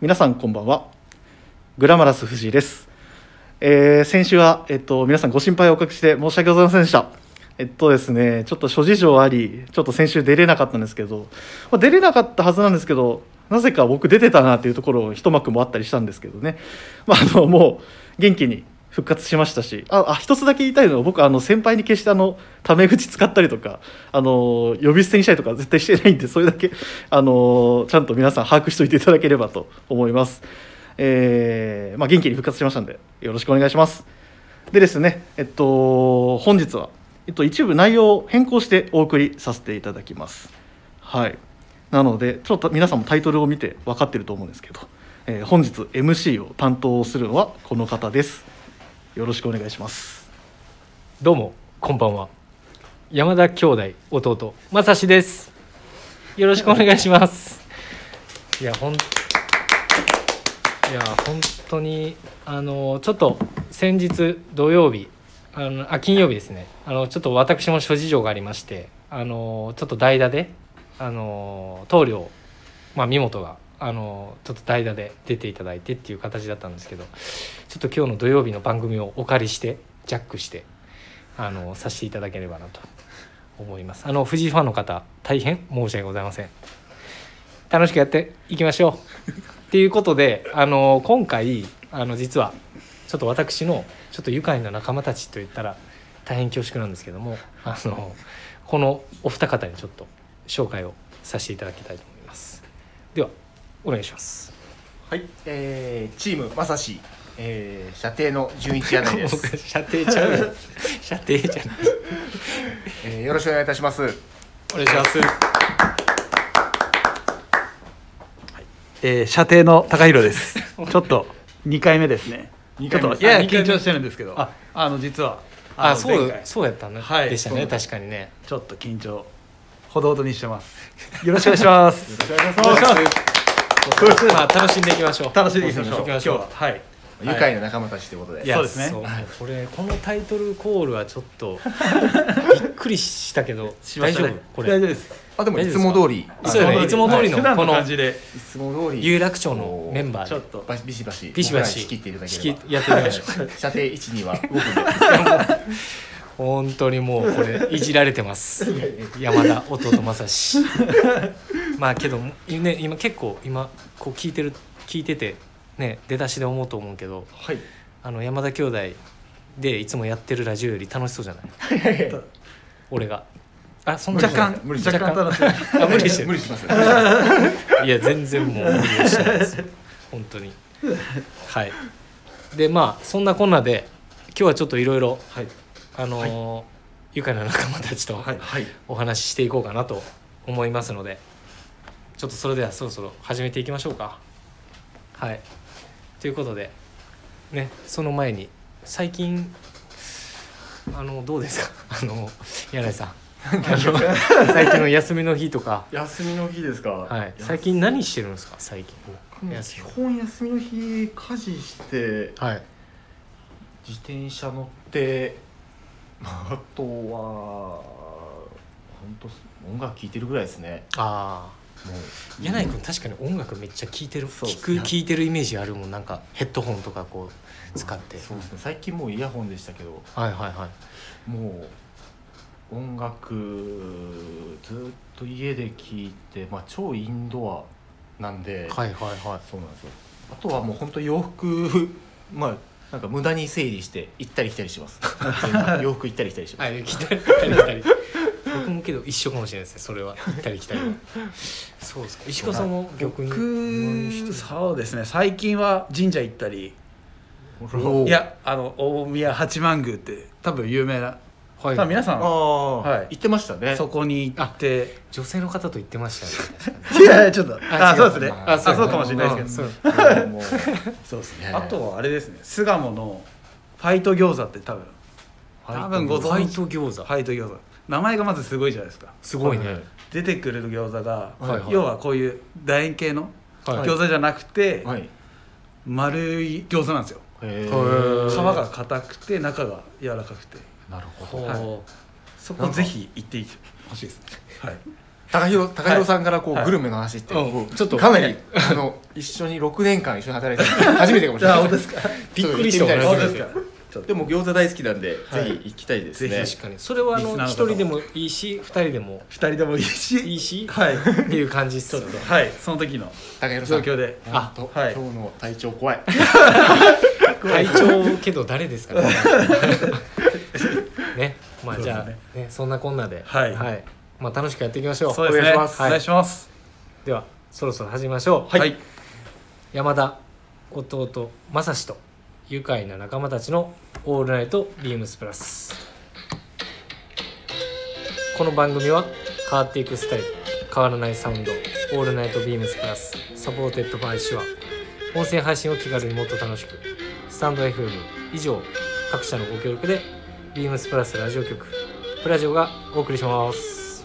皆さんこんばんはグラマラス藤井です、えー先週は、えっと、皆さんご心配をおかけして申し訳ございませんでしたえっとですねちょっと諸事情ありちょっと先週出れなかったんですけど、まあ出れなかったはずなんですけどなぜか僕出てたなっていうところ一幕もあったりしたんですけどね、まあ、あのもう元気に復活しましたしああ一つだけ言いたいのは僕あの先輩に決してあのタメ口使ったりとかあの呼び捨てにしたりとか絶対してないんでそれだけあのちゃんと皆さん把握しておいていただければと思います。えーまあ、元気に復活しましたんでよろしくお願いします。でですね、えっと、本日は、えっと、一部内容を変更してお送りさせていただきます。はい、なのでちょっと皆さんもタイトルを見て分かってると思うんですけど、えー本日 MC を担当するのはこの方です。よろしくお願いします。どうもこんばんは山田兄弟弟まさしですよろしくお願いしますいやほんいや本当にあのちょっと先日土曜日あのあ金曜日ですねあのちょっと私も諸事情がありましてあのちょっと代打であの棟梁まあ、三本があのちょっと代打で出ていただいてっていう形だったんですけどちょっと今日の土曜日の番組をお借りしてジャックしてあのさせていただければなと思いますあの藤井ファンの方大変申し訳ございません楽しくやっていきましょうっていうことであの今回あの実はちょっと私のちょっと愉快な仲間たちといったら大変恐縮なんですけどもあのこのお二方にちょっと紹介をさせていただきたいと思いますではお願いしますはい、えー、チームまさし、えー、射程の純一柳 です、 射程ちゃう よ射程じゃないえー、よろしくお願いいたしますお願いしますえー、射程の高 弘です。ちょっと2回目ですね。二ちょ回っ目とややあ二回緊目張してるんですけど、ああの実はあのそう前回そうやったね、はいでしたそうねなんです確かにねちょっと緊張ほどほどにしてます。よろしくお願いします。まあ楽しんでいきましょう楽しんでいきまし楽しんでょう。今日いきましょうははい。愉快な仲間たちってことで、いやそうですねもうこれこのタイトルコールはちょっ とびっくりしたけどしま大した丈ね夫こ大丈夫れです。あでもいつも通り大丈夫ですかそうよねあいつも通りのはい普段このの感じでいつも通り有楽町のメンバちょーっでとバシビシバシビシバシ僕らに仕切っていただけ仕切ればやってみましょう射程一二は動くんで本当にもうこれいじられて ます山田弟正志まあけど、ね、今結構今こう聞いてる聞いててね出だしで思うと思うけどはいあの山田兄弟でいつもやってるラジオより楽しそうじゃない 俺があそんな若ことない干無理若干楽しい。あ無理して無る理しますはいや全然もう無理をしないです本当にはいでまあそんなこんなで今日はちょっといろいろはい。あのー愉快な仲間たちとはい。はい。お話ししていこうかなと思いますのでちょっとそれではそろそろ始めていきましょうかはいということでねその前に最近あのどうですか あの柳井さん あの最近の休みの日とか、休みの日ですかはい、や最近何してるんですか最近休基み本休みの日家事してはい自転車乗ってまああとは本当音楽聴いてるぐらいですねああもう柳井君確かに音楽めっちゃ聴いてるそうっ聞すくね聞いてるイメージあるもんなんかヘッドホンとかこう使ってそうですね最近もうイヤホンでしたけどはいはいはいもう音楽ずっと家で聴いて、まあ、超インドアなんで、はいはいはいそうなんですよあとはもう本当洋服 まあなんか無駄に整理して行ったり来たりします 洋服行ったり来たりします、はい、来たり来たり来たり。僕もけど一緒かもしれないですね。それは行ったり来たりは。そうですか。石川さんも逆に。僕そうですね。最近は神社行ったり、おーいやあの大宮八幡宮って多分有名な。はい多分皆さあんあ、はい行ってましたねそこに行って。女性の方と言ってましたね。いやいやちょっとああ違うそうですねまああそうねかもしれないですけうどんそうもうそうですねねあとはあれですね巣鴨のファイト餃子って多分多分ごフ存ァイ知フト餃子。ァイト餃子名前がまずすごいじゃないですかすごいね。出てくる餃子が、はいはい要はこういう楕円形のはい餃子じゃなくて、 はいへ丸い餃子なんですよえー皮が硬くて中が柔らかくてなるほどほうはいそこぜひ行ってほしいですねはい高弘高弘さんからこう、はいグルメの話って、うんちょっとかなりあの一緒に6年間一緒に働いてる初めてかもしれないです かびっくりしたちょっと行ってみたい本当ですでも餃子大好きなんで、ぜひ行きたいですね確かにそれはあリスのナー一の方も人でもいいし二人でも二人でもいいいいしし はいっていう感じっすちょよっねとはいその時の高弘さ状ん況であと、はい今日の体調怖い体調けど誰 ですからねねまあじゃあそうでねそんなこんなでははいまあ楽しくやっていきましょそううですねお願いしますお願いしますではそろそろ始めましょうはい山田弟正志と愉快な仲間たちの「オールナイトビームスプラス」この番組は変わっていくスタイル変わらないサウンド「オールナイトビームスプラス」サポーテッドバイシュア音声配信を気軽にもっと楽しくスタンド FM 以上各社のご協力でビームスプラスラジオ局プラジオがお送りします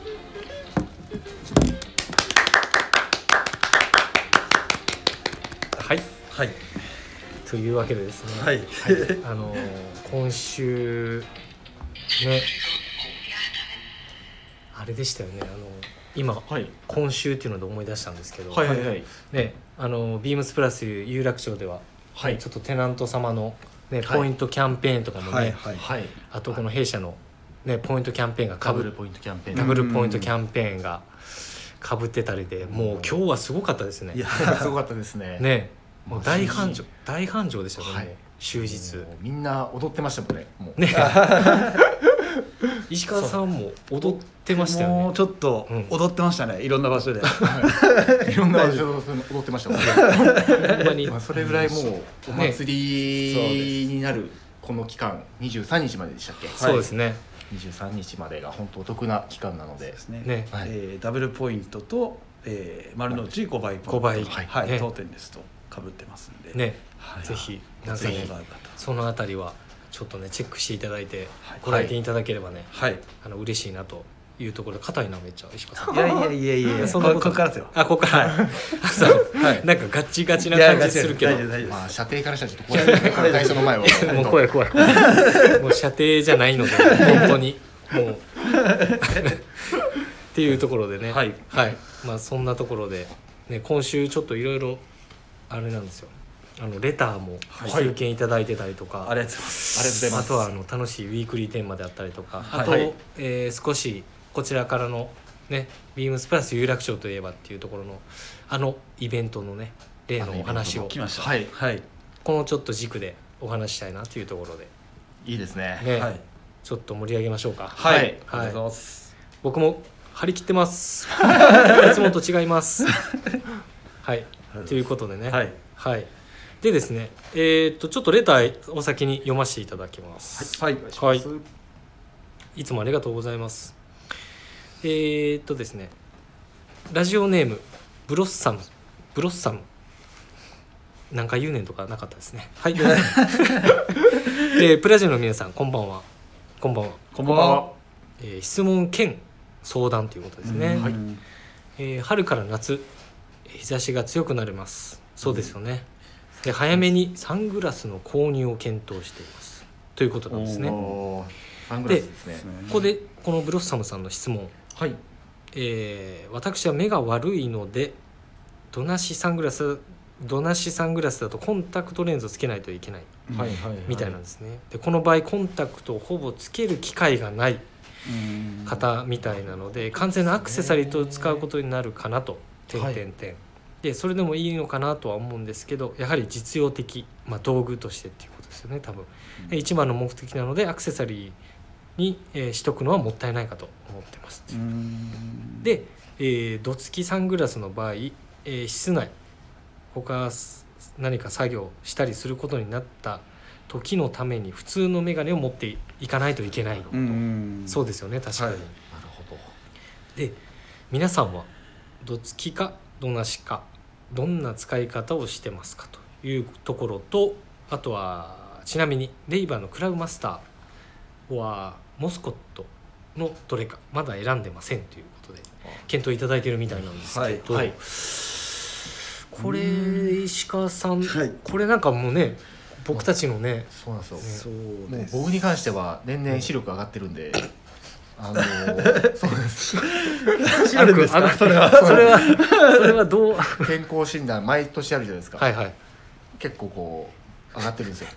はいはいというわけでですね、はいあのー今週ねあれでしたよねあの今はい今週っていうので思い出したんですけど、はいはいはいねあのビームスプラス有楽町では、はいちょっとテナント様の、ね、はいポイントキャンペーンとかもね、はいはいはいあとこの弊社の、ね、ポイントキャンペーンがかダブぶルポイントキャンペーンダブルポイントキャンペーンがかぶってたりでもう今日はすごかったですねいや すごかったですねねもう大繁も盛大繁盛でしたよね、はいもう終日。もうみんな踊ってましたもんねもうね石川さんも踊ってましたよもねうちょっとうん踊ってましたねいろんな場所でいろんな場所で踊ってましたもんねほん まにまあそれぐらいもうお祭りになるこの期間23日まででしたっけそうですね、 23日までが本当お得な期間なのでですねねはいえーダブルポイントとえー丸の内5倍ポイ5ント倍はいはいはいね当店ですと被ってますんでねはいぜひごなんか都ね合が良かったらそのあたりはちょっとねチェックしていただいてはいご来店いただければね、 はいあの嬉しいなというところで硬いなめっちゃ石川さんいやいやいやいやい やそんなここからですよあここから、 あそうはいなんかガチガチな感じするけどいや大丈夫大丈夫まあ射程からしたらちょっと怖いですねこの最初の前は もう怖い怖い怖いもう射程じゃないので本当にもう っていうところでねはいまあそんなところで、ね、今週ちょっといろいろあれなんですよあのレターもはい数件いただいてたりとか、ありがとうございますありがとうございますあとはあの楽しいウィークリーテーマであったりとか、はいあと、はいえー少しこちらからのねビームスプラス有楽町といえばっていうところのあのイベントのね例のお話を来ましたはいはいこのちょっと軸でお話ししたいなというところでいいですねね、はいちょっと盛り上げましょうか。はいいありがとうございます僕も張り切って ます。いつもと違います。はいはい。ということでね。はい。はい。でですね、えーっとちょっとレターを先に読ませていただきます。はいはい。いつもありがとうございます。えーっとですね、ラジオネームブロッサムブロッサム。なんか言うねんとかなかったですね。はい。 えープラジオの皆さん、こんばんは。こんばんは。こんこんばばんんははえー質問兼相談ということですね、うんはいえー春から夏えー日差しが強くなりますそうですよね、で早めにサングラスの購入を検討していますということなんですねおーこおーサングラスですねこでこのブロッサムさんの質問、はいえー私は目が悪いのでどなしサングラスどなしサングラスだとコンタクトレンズをつけないといけないはいはいみたいなんですね、でこの場合コンタクトをほぼつける機会がないうん方みたいなので完全なアクセサリーと使うことになるかなと点はい点点でそれでもいいのかなとは思うんですけどやはり実用的、まあ、道具としてっていうことですよね多分で一番の目的なのでアクセサリーに、えーしとくのはもったいないかと思ってますうんで、えー、ドツキサングラスの場合、えー室内他す何か作業したりすることになった時のために普通の眼鏡を持っていかないといけない、うんそうですよね確かに、はいなるほどで皆さんはどつきかどなしかどんな使い方をしてますかというところとあとはちなみにレイバーのクラウマスターはモスコットのどれかまだ選んでませんということで検討いただいてるみたいなんですけど、はいはいこれ石川さん、はいこれなんかもうね僕たちのねそうなんですよそうもうです僕に関しては年々視力上がってるんで、あの そうです知らんですかそれはそれはそれはどう健康診断毎年あるじゃないですか、はいはい結構こう上がってるん ですよ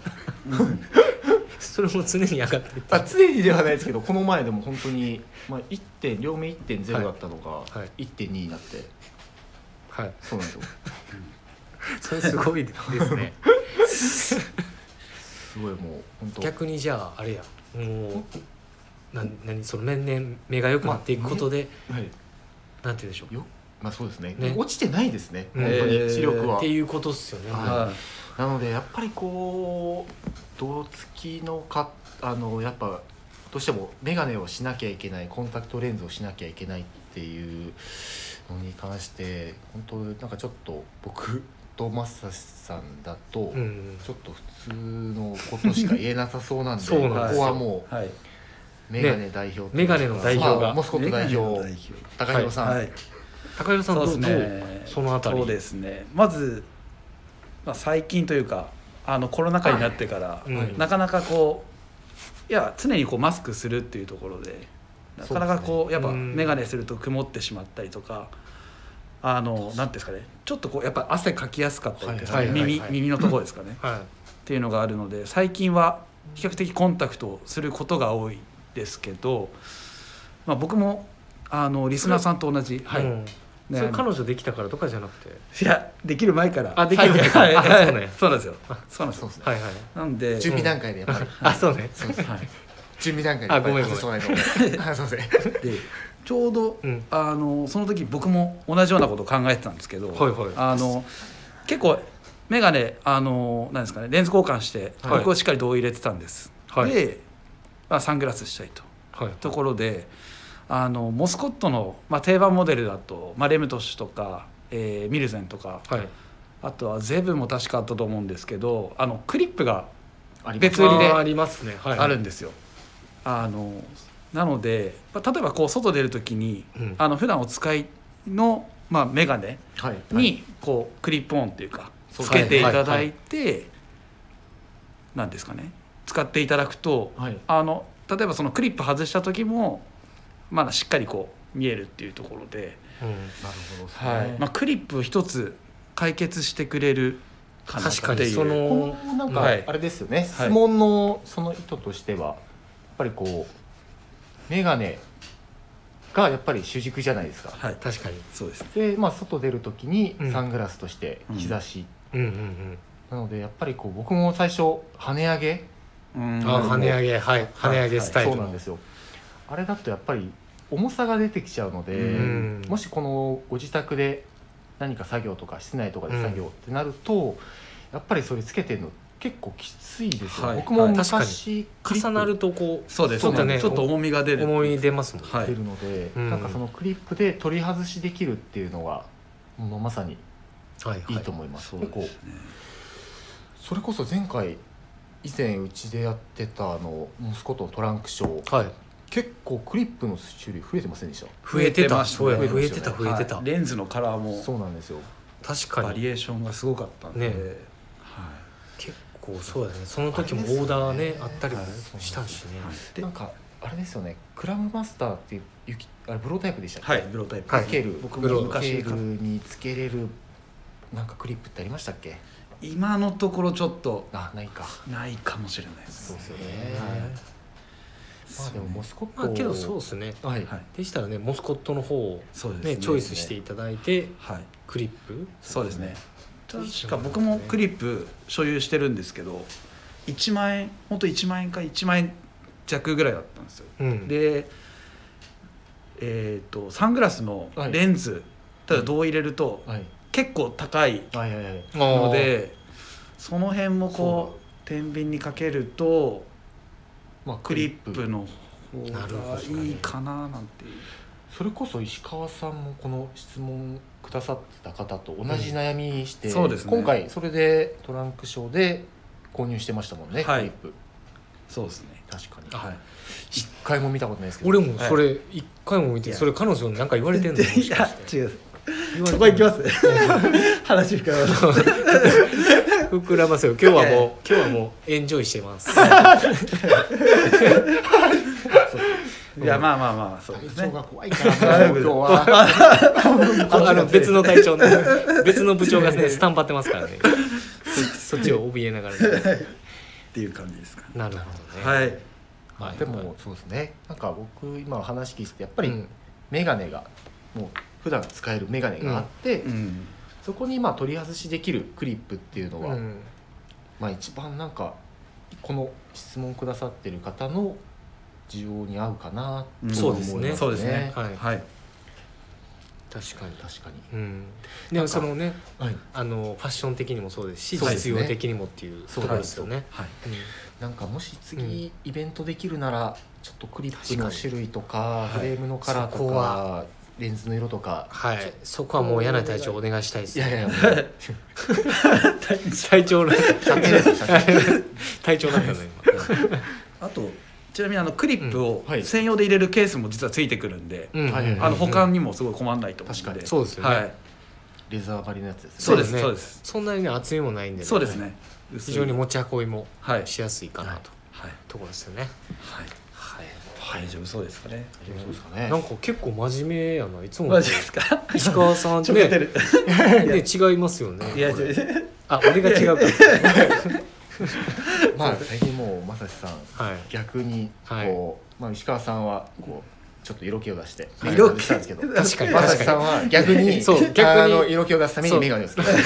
それも常に上がっていってあ常にではないですけどこの前でも本当にまあ1点両目1.0だったのが、いはい1.2になってはいそうなんですよそれすごいですねすごいもう本 当逆にじゃああれやもうな何その年々目が良くなっていくことで、はいなんて言うんでしょうよまあそうですねね落ちてないですねうん本当えーに視力は、っていうことっすよね、はなのでやっぱりこう胴つきのかあのやっぱどうしても眼鏡をしなきゃいけないコンタクトレンズをしなきゃいけないっていうのに関して本当なんかちょっと僕とマッサさんだと、うんちょっと普通のことしか言えなさそうなん でそうなんですよここはもはい。う眼鏡代表というか、ね眼鏡の代表がまあモスコット代表高弘さん、はい。高山さんどうどうそのあたりそうですね。まず、まあ最近というか、あのコロナ禍になってから、うんなかなかこういや常にこうマスクするっていうところで、なかなかこうやっぱうんメガネすると曇ってしまったりとか。あのなんていうんですかねちょっとこうやっぱ汗かきやすかったりとか、はいはいはいはい耳耳のところですかねはっていうのがあるので最近は比較的コンタクトをすることが多いですけど、まあ、僕もあのリスナーさんと同じ、い、はいうんねそれ彼女できたからとかじゃなくていやできる前からあできる前からはいはいあそうはねいそうなんですよそうなんですそうでよすね、はいはいなんで準備段階でやっぱり、あそうねそうですはい準備段階でやっぱりあごめんごめん外さないと あすいません はでちょうど、うんあのその時僕も同じようなことを考えてたんですけど、はいはいあの結構眼鏡あのなんですかねレンズ交換してはい僕をしっかり度を入れてたんです、はいで、まあ、サングラスしたいとはいところであのモスコットの、まあ、定番モデルだと、まあ、レムトシュとか、えーミルゼンとか、はいあとはゼブも確かあったと思うんですけどあのクリップがあります別売りであーありますねはいあるんですよ。あのなので、まあ、例えばこう外出る時に、うんあの普段お使いの、まあ、眼鏡いにこうクリップオンっていうかそうつけていたはだいいてなんですかね使っていただくとはいあの例えばそのクリップ外した時もまだしっかりこう見えるっていうところで、うんなるほどですね、まあ、クリップ一つ解決してくれるかなっていう確かにそのこのなんかはいあれですよね、質問のその意図としてはやっぱりこう眼鏡がやっぱり主軸じゃないですかはい、確かにそうですでまあ外出る時にうんサングラスとして日差し、うんうんなのでやっぱりこう僕も最初跳ね上げうんあほ跳どね上げはい跳ね上げスタイルそうなんですよあれだとやっぱり重さが出てきちゃうので、うんもしこのご自宅で何か作業とか室内とかで作業ってなると、やっぱりそれつけてるの結構きついですよ、はい僕もはい昔、クリップ重なるとこうそうですちょっとねちょっと重みが出る思い出ますもんねはい出るので、うんなんかそのクリップで取り外しできるっていうのがもうまさにはいいいはいと思います、そう結構ですねそれこそ前回以前うちでやってたあのモスコットのトランクショーはい結構クリップの種類増えてませんでした増えてたそう増えやてますね増えてた増えてたはいレンズのカラーもそうなんですよ確バかにリエーションがすごかったんで、ねは結構そうだねその時もオーダーねああっれたりですよねもはいそうなんですしたしねいはいでなんかあれですよねクラムマスターっていう雪あれブロータイプでしたっけ、ブロータイプ、はいつける僕ブロもーケ昔ールにつけれるなんかクリップってありましたっけ今のところちょっとあないかないかもしれないですそうですよね、ねまあでもモスコットまあけどそうですねはい、はいでしたらねモスコットの方をそうですねねチョイスしていただいてはいクリップそうですねそうですね確か僕もクリップ所有してるんですけど1万円本当1万円か1万円弱ぐらいだったんですようんでえっ、とサングラスのレンズ、ただどう入れるとはい、結構高いはいはいはいのでその辺もそこう天秤にかけるとまあクリップのなる方ほがどいいかななんていうそれこそ石川さんもこの質問くださってた方と同じ悩みして、うんそうですね今回それでトランクショーで購入してましたもんね、はいクリップそうですね確かにあはい一回も見たことないですけど俺もそれ一回も見ていやそれ彼女に何か言われてんのもしかして違う言われてんのす 話深い膨らませよ今日はもう今日はもうエンジョイしてますいやまあまあまあそう体です調 ねが怖いからもう今日はああの別の隊 長の別の部長がねスタンバってますからね そそっちを怯えながら、ね、っていう感じですか、ね、 なるほどね、はいはいでもそうですねなんか僕今話聞いててやっぱうりん眼鏡がもう普段使える眼鏡があって、うんそこにまあ取り外しできるクリップっていうのは、うんまあ一番なんかこの質問くださってる方の需要に合うかなとそう思いでねますすね。そうですねはいはい確かに確かうに。んでもそのねはい。あのファッション的にもそうですしそうです実ね用的にもっていうところですよねはいなんかもしうん次イベントできるならちょっとクリップ確かのに種類とかいフレームのカラーそとこはかレンズの色とか。はいそこはもう柳隊長お願いしたいですいやいやいやもう隊長の射程です射程隊長だったの今あとちなみにあのクリップをうんはい専用で入れるケースも実はついてくるんで、うんはいはいはいあの保管にもすごい困んないと思うんで確かにそうですよねはい、レザー張りのやつですね。そうですねそうですそんなにね厚みもないんでねそうですね非常に持ち運びもはいはいしやすいかなとはい、ところですよね大丈夫そうですかねそうですかねな。んか結構真面目やないつもマジですか石川さんちょっとね出るね違いますよねいやいこやれいやあ俺が違うかまあ最近もうまさしさん はい逆にこう、はいまあ石川さんはこうちょっと色気を出してはいメガネをしたんですけど。確かに まさし確さかんは逆に そう逆にあの色気を出すためにメガネをつけたに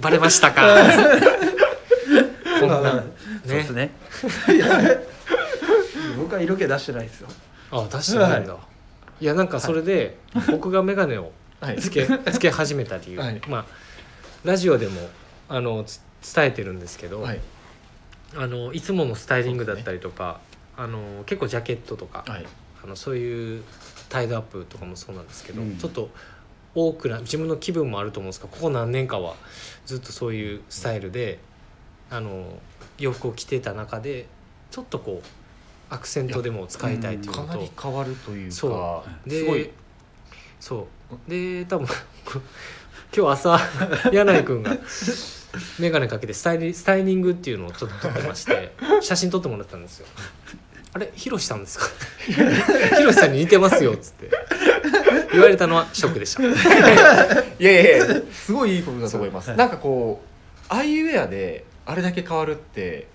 バレました かこんなまあねそうですね僕は色気出してないですよあ出してないんだ、い、やなんかそれで僕が眼鏡をはいつ けつけ始めた理由、はいまあラジオでもあのつ伝えてるんですけど、はいあのいつものスタイリングだったりとか、あの結構ジャケットとか、はいあのそういうタイドアップとかもそうなんですけど、うんちょっと多くな自分の気分もあると思うんですがここ何年かはずっとそういうスタイルで、あの洋服を着てた中でちょっとこうアクセントでも使いたいというかのなとり。変わるというかそですごいそうで多分 今日朝 柳井君が眼鏡かけてスタイリスタイリングっていうのをちょっと撮ってまして写真撮ってもらったんですよあれヒロシさんですか ヒロシさんに似てますよっつって言われたのはショックでしたいやいやいやすごいいいことだと思います、はいなんかこうアイウェアであれだけ変わるって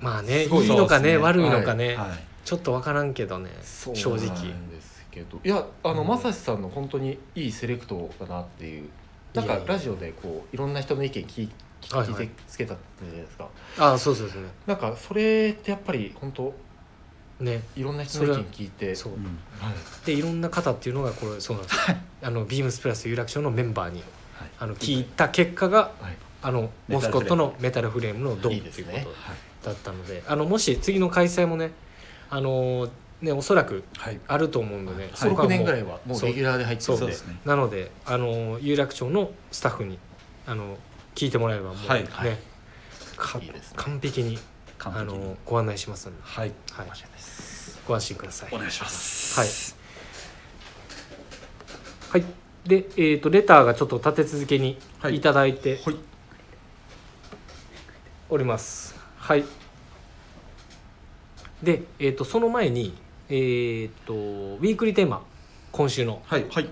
まあねいすごいいのかねそうですね悪いのかね、はいちょっと分からんけどねそう正直なんですけどいやあのうんまさしさんの本当にいいセレクトだなっていうなんいかやいやラジオでこういろんな人の意見聞い聞はいはい聞いてつけたじゃないですか、ああそうそうそうなんかそれってやっぱり本当ねねいろんな人の意見聞いてそううんはいでいろんな方っていうのがこれそうなんですよあのビームスプラス有楽町のメンバーにはいあの聞いた結果がはいあのモスコットのメタルフレームのドンっていうこといいですねだったのであのもし次の開催もねあのねおそらくはいあると思うので、そのこは6もう年ぐらいはもうレギュラーで入ってそうるんそうでですねなのであの有楽町のスタッフにあの聞いてもらえばもうね、はいはいかいいですね完璧に完あ璧にのご案内しますので、はいはい、ご安心ください。お願いしますはいはい、で、えー、とレターがちょっと立て続けにはいいただいてはいおります。はい、で、えー、とその前に、えー、とウィークリーテーマ今週のはいはい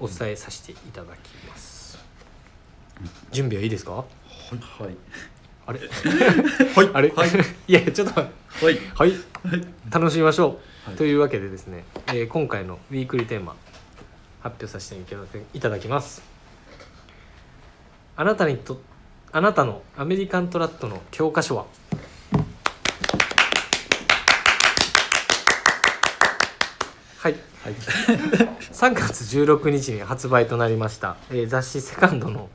お伝えさせていただきます。準備はいいですかはいあれはい あれ、はいい、やちょっと待ってはいはい楽しみましょう、はいというわけでですね、えー今回のウィークリーテーマ発表させていただいただきますあなたにとあなたのアメリカントラットの教科書ははい、はい 3月16日に発売となりました、えー雑誌「セカンドの、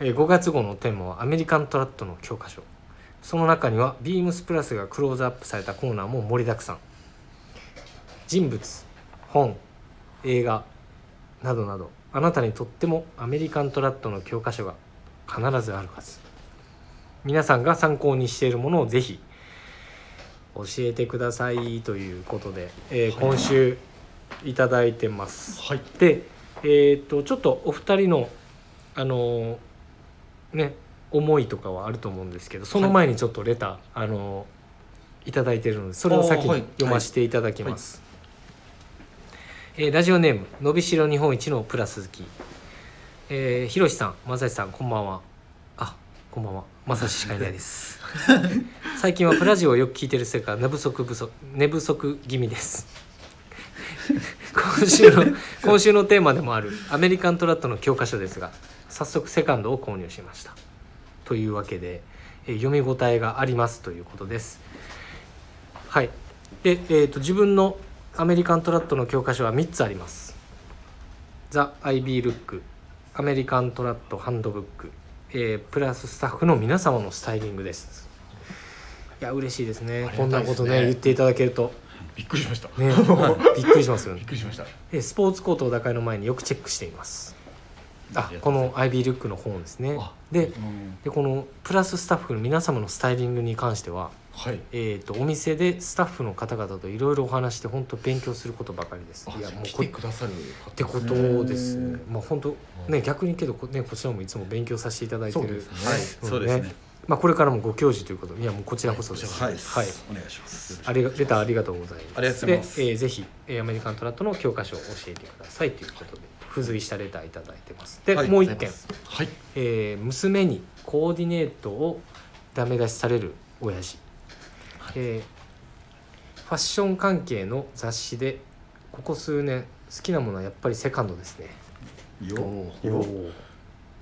えー5月号のテーマは「アメリカントラットの教科書」その中にはビームスプラスがクローズアップされたコーナーも盛りだくさん人物本映画などなどあなたにとってもアメリカントラットの教科書が必ずあるはず皆さんが参考にしているものをぜひ教えてくださいということで、えー今週いただいてますはいで、えー、とちょっとお二人のあのーね思いとかはあると思うんですけどその前にちょっとレター、あのーいただいてるのでそれを先あーはいに読ませていただきます、えーラジオネームのびしろ日本一のプラ鈴木えー、ひろしさんまさしさんこんばんはあこんばんはまさししかいないです 最近はプラジオをよく聞いてるせいか寝不足不足寝不足気味です今週の今週のテーマでもあるアメリカントラットの教科書ですが早速セカンドを購入しましたというわけで、えー読み応えがありますということですはいで、えー、と自分のアメリカントラットの教科書は3つあります「ザ・アイビー・ルック」「アメリカントラット・ハンドブック」えープラススタッフの皆様のスタイリングですいや嬉しいですねありがこんたないですねことね言っていただけるとびっくりしました、 ねびっくりしますよねびっくりしましたえースポーツコートを打開の前によくチェックしていますあありがとこうございのアイビールックの本ですねあでうんでこのプラススタッフの皆様のスタイリングに関しては、はいえー、とお店でスタッフの方々といろいろお話して本当勉強することばかりですあいやじゃもあう来こてっくださる方てことですねまあ本当うねん逆にけどこ,、ね、こちらもいつも勉強させていただいてそうるですね、はい、うんそうですねまあ、これからもご教授ということでいやもうこちらこそです、はい、はいお願いしますありがレターありがとうございます。ありがとうございますで、えーぜひ、えーアメリカントラットの教科書を教えてくださいということで、付随したレターいただいてます。で、はいもうあ一り件がと、うございますはいえー娘にコーディネートをダメ出しされる親父、えーファッション関係の雑誌でここ数年好きなものはやっぱりセカンドですね。よおー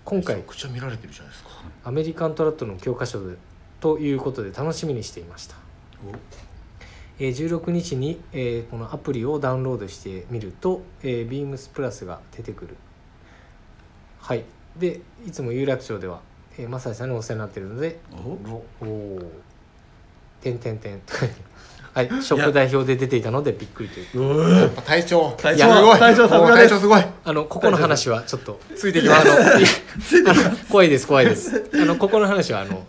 今め回ちゃくちゃ見られてるじゃないですかアメリカントラットの教科書でということで楽しみにしていました。えー16日に、えーこのアプリをダウンロードしてみると、えー、Beams プラスが出てくるはいでいつも有楽町では、えー、マサイさんにお世話になっているのでおおおおてんてんてん とか言うはいショップ代表で出ていたのでびっくりというやっぱ隊長隊長隊長さすがもうです隊長すごいあのここの話はちょっとついてきますあのいや あの怖いです怖いですあのここの話はあの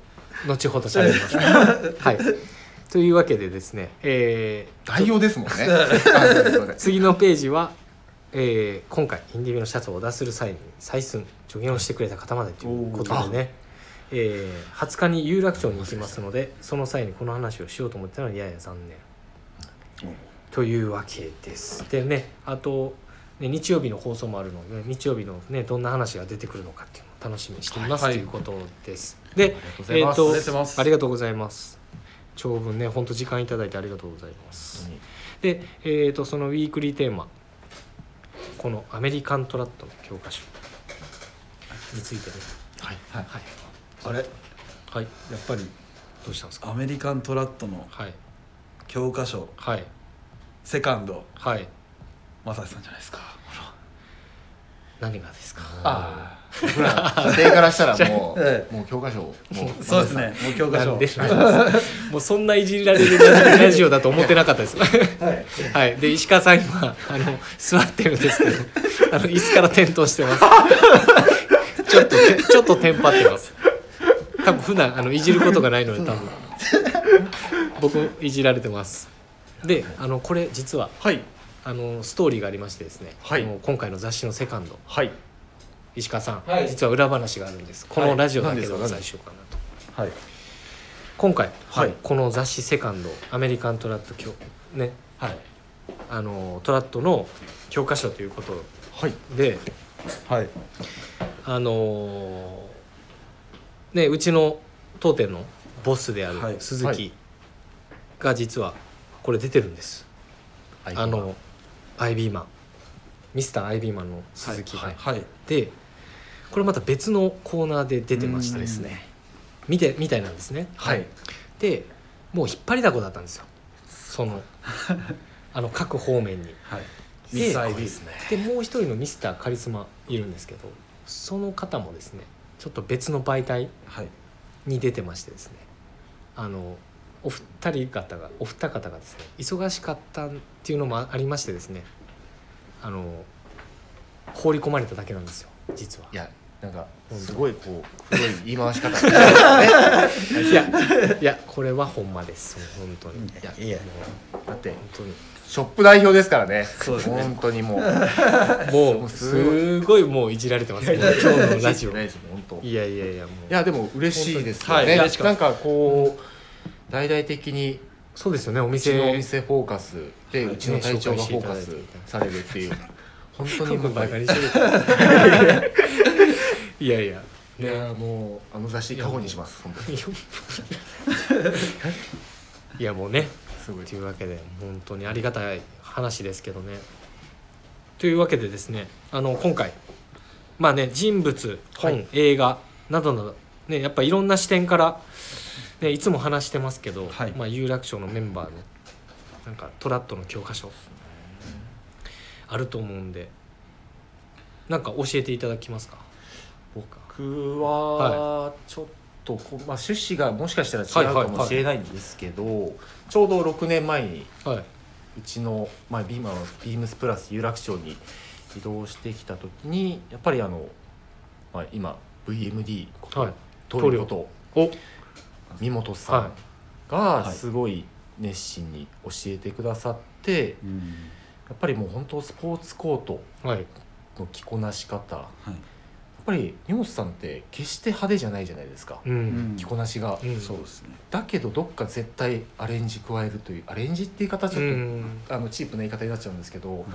後ほどしゃべり ますはいというわけでですねえー代用ですもんねあすいません次のページは、えー今回インディビのシャツをオーダーする際に採寸助言をしてくれた方までということでね、えー20日に有楽町に行きますのでその際にこの話をしようと思ってたのにやや残念、というわけですでねあとね日曜日の放送もあるので日曜日のねどんな話が出てくるのかっていうのを楽しみにしています、はいということですでありがとうございますあありりがとうございますがとうございます長文ね本当時間いただいてありがとうございます、本当にで、えー、とそのウィークリーテーマこの「アメリカントラット」の教科書についてねはいはいはい、あれやっはい、ぱりどうしたんですかアメリカントラットのはい教科書はいセカンドはいまさしさんじゃないですか何がですかあ僕ら家庭からしたらもえうもう教科書をもうそうですねもう教科な書んでもうそんないじられるラジオだと思ってなかったですはいはい、で石川さん今あの座ってるんですけどあの椅子から転倒してますちょっとてちょっとテンパってます多分普段あのいじることがないので多分僕いじられてますであのこれ実ははいあのストーリーがありましてですね、はいあの今回の雑誌のセカンドはい石川さん、はい実は裏話があるんですこのラジオだけでお伝えしようかなとはい今回、はいこの雑誌セカンドアメリカントラット教ねはいあのトラットの教科書ということはいではいあのーねうちの当店のボスであはるい鈴は木いが実はこれ出てるんです、あのアイビーマンミスターアイビーマンの鈴木が、はいはいでこれまた別のコーナーで出てましたですね見てみたいなんですねはいでもう引っ張りだこだったんですよそのあの各方面にはいでミスアイビーねでもう一人のミスターカリスマいるんですけどその方もですねちょっと別の媒体はいに出てましてですねあのお二人方がお二方がですね忙しかったっていうのもあありましてですねあの放り込まれただけなんですよ実はいやなんか当すごいこう黒い言い回し方ねいやいやこれはほんまです本当にいやいやもうだって本当にショップ代表ですからねそうですね本当にもうもうすすごいもういじられてますね今日のラジオいいですもん本当いやいやいやもうやでも嬉しいですよ本当にねはい嬉しかったなんかこう大々的にそうですよねおうち店のお店フォーカスで、はいうちの隊長がねフォーカスされるっていう本当にもうバカにしてるいやいやいやもうあの雑誌過保にします本当にいやもうねすごいというわけで本当にありがたい話ですけどねというわけでですねあの今回まあね人物本、はい映画などなどねやっぱいろんな視点から、ね、いつも話してますけど、はいまあ、有楽町のメンバーのなんかトラットの教科書あると思うんでなんか教えていただきますか僕はちょっとこう、まあ、趣旨がもしかしたら違うかもしれないんですけど、ちょうど6年前にはうちの、まあ、ビーマーのビームスプラス有楽町に移動してきた時にやっぱりあの、まあ、今 VMD こと、はい棟梁ことお三本さはんがすごい熱心に教えてくださってうんやっぱりもう本当スポーツコートいはいの着こなし方やはいっぱり三本さんって決して派手じゃないじゃないですか、うん、うん着こなしが、うんそうですねだけどどっか絶対アレンジ加えるというアレンジっていう言い方はちょっと、うんあのチープな言い方になっちゃうんですけど、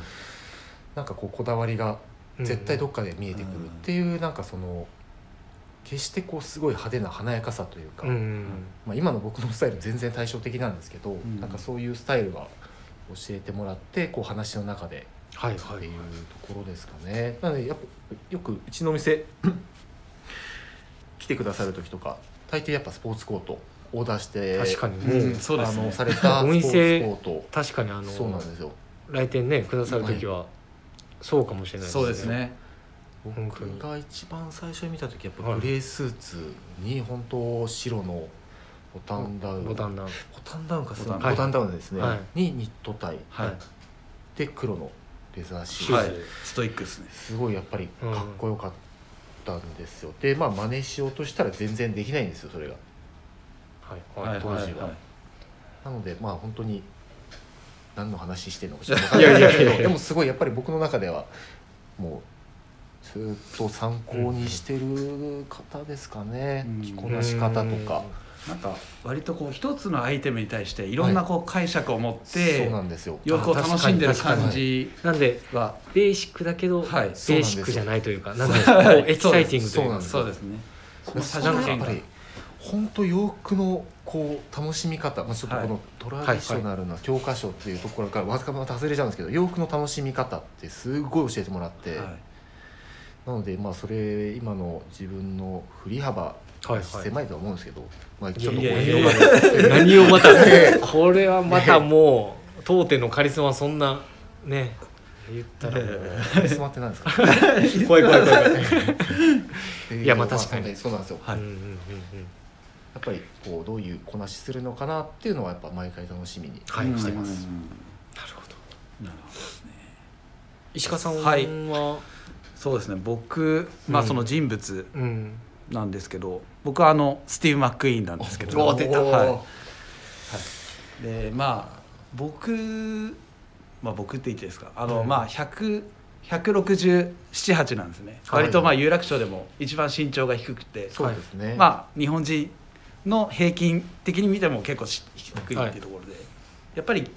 なんかこうこだわりが絶対どっかで見えてくるっていう、なんかその決してこうすごい派手な華やかさというか、うんまあ、今の僕のスタイル全然対照的なんですけど、んなんかそういうスタイルが教えてもらってこう話の中ではいっはていいうところですかね。なのでやっぱよくうちのお店 来てくださる時とか大抵やっぱスポーツコートオーダーして確かにもう、うんそうですあのねされたスおポーツ店コート確かにあのそうなんですよ来店ねくださる時はそうかもしれないそうですね本当に僕が一番最初に見た時やっはぱいグレースーツに本当白のボタンダウンボタンダウンボタンダウンかそうボボタンはいタンダウンですね、はいにニットタイはいで黒のレザーシューズ、はいシューズストイックですねすごいやっぱりかっこよかったんですよ、でまあ真似しようとしたら全然できないんですよそれがはいははいい当時ははいなのでまあ本当に何の話してんのかちょっとい分やかんないいやいやいですけどやでもすごいやっぱり僕の中ではもうずっと参考にしてる方ですかね、うん着こなし方とか、なんか割とこう一つのアイテムに対していろんなこう解釈を持っそうてなんですよ洋服を楽しんでる感じなんではベーシックだけど、はいベそうーなんですシよックじゃないというかなんでこうエキサイティングというそうなかんですそうですねこのそ差れじは加やっ減ぱがり本当洋服のこう楽しみ方、まあ、ちょっとこはのトラディショナルな教科書っていうところからわずかまた外れちゃうんですけど洋服の楽しみ方ってすごい教えてもらって、はいなのでまあそれ今の自分の振り幅はいは狭いとは思うんですけど、まあ、ちょっといこうやいや広いがや るい何をまたこれはまたもう当店のカリスマはそんなね言ったらもうカリスマってなんですか怖い怖い怖い怖い、いいやまあ確かにそうなんですよやうんうんうんうんっぱりこうどういうこなしするのかなっていうのはやっぱ毎回楽しみにはいしてます、うんなるほどなるほどですね石川さんは、はいうんそうですね僕まあうんその人物なんですけど僕はあのスティーブ・マック・イーンなんですけどおー出たはいはい、でまあ僕まあ僕って言っていいですかあの、うんまあ100 1678なんですね、はい割とまあ有楽町でも一番身長が低くて、そうですね、まあ日本人の平均的に見ても結構し低いっていうところで、やっぱり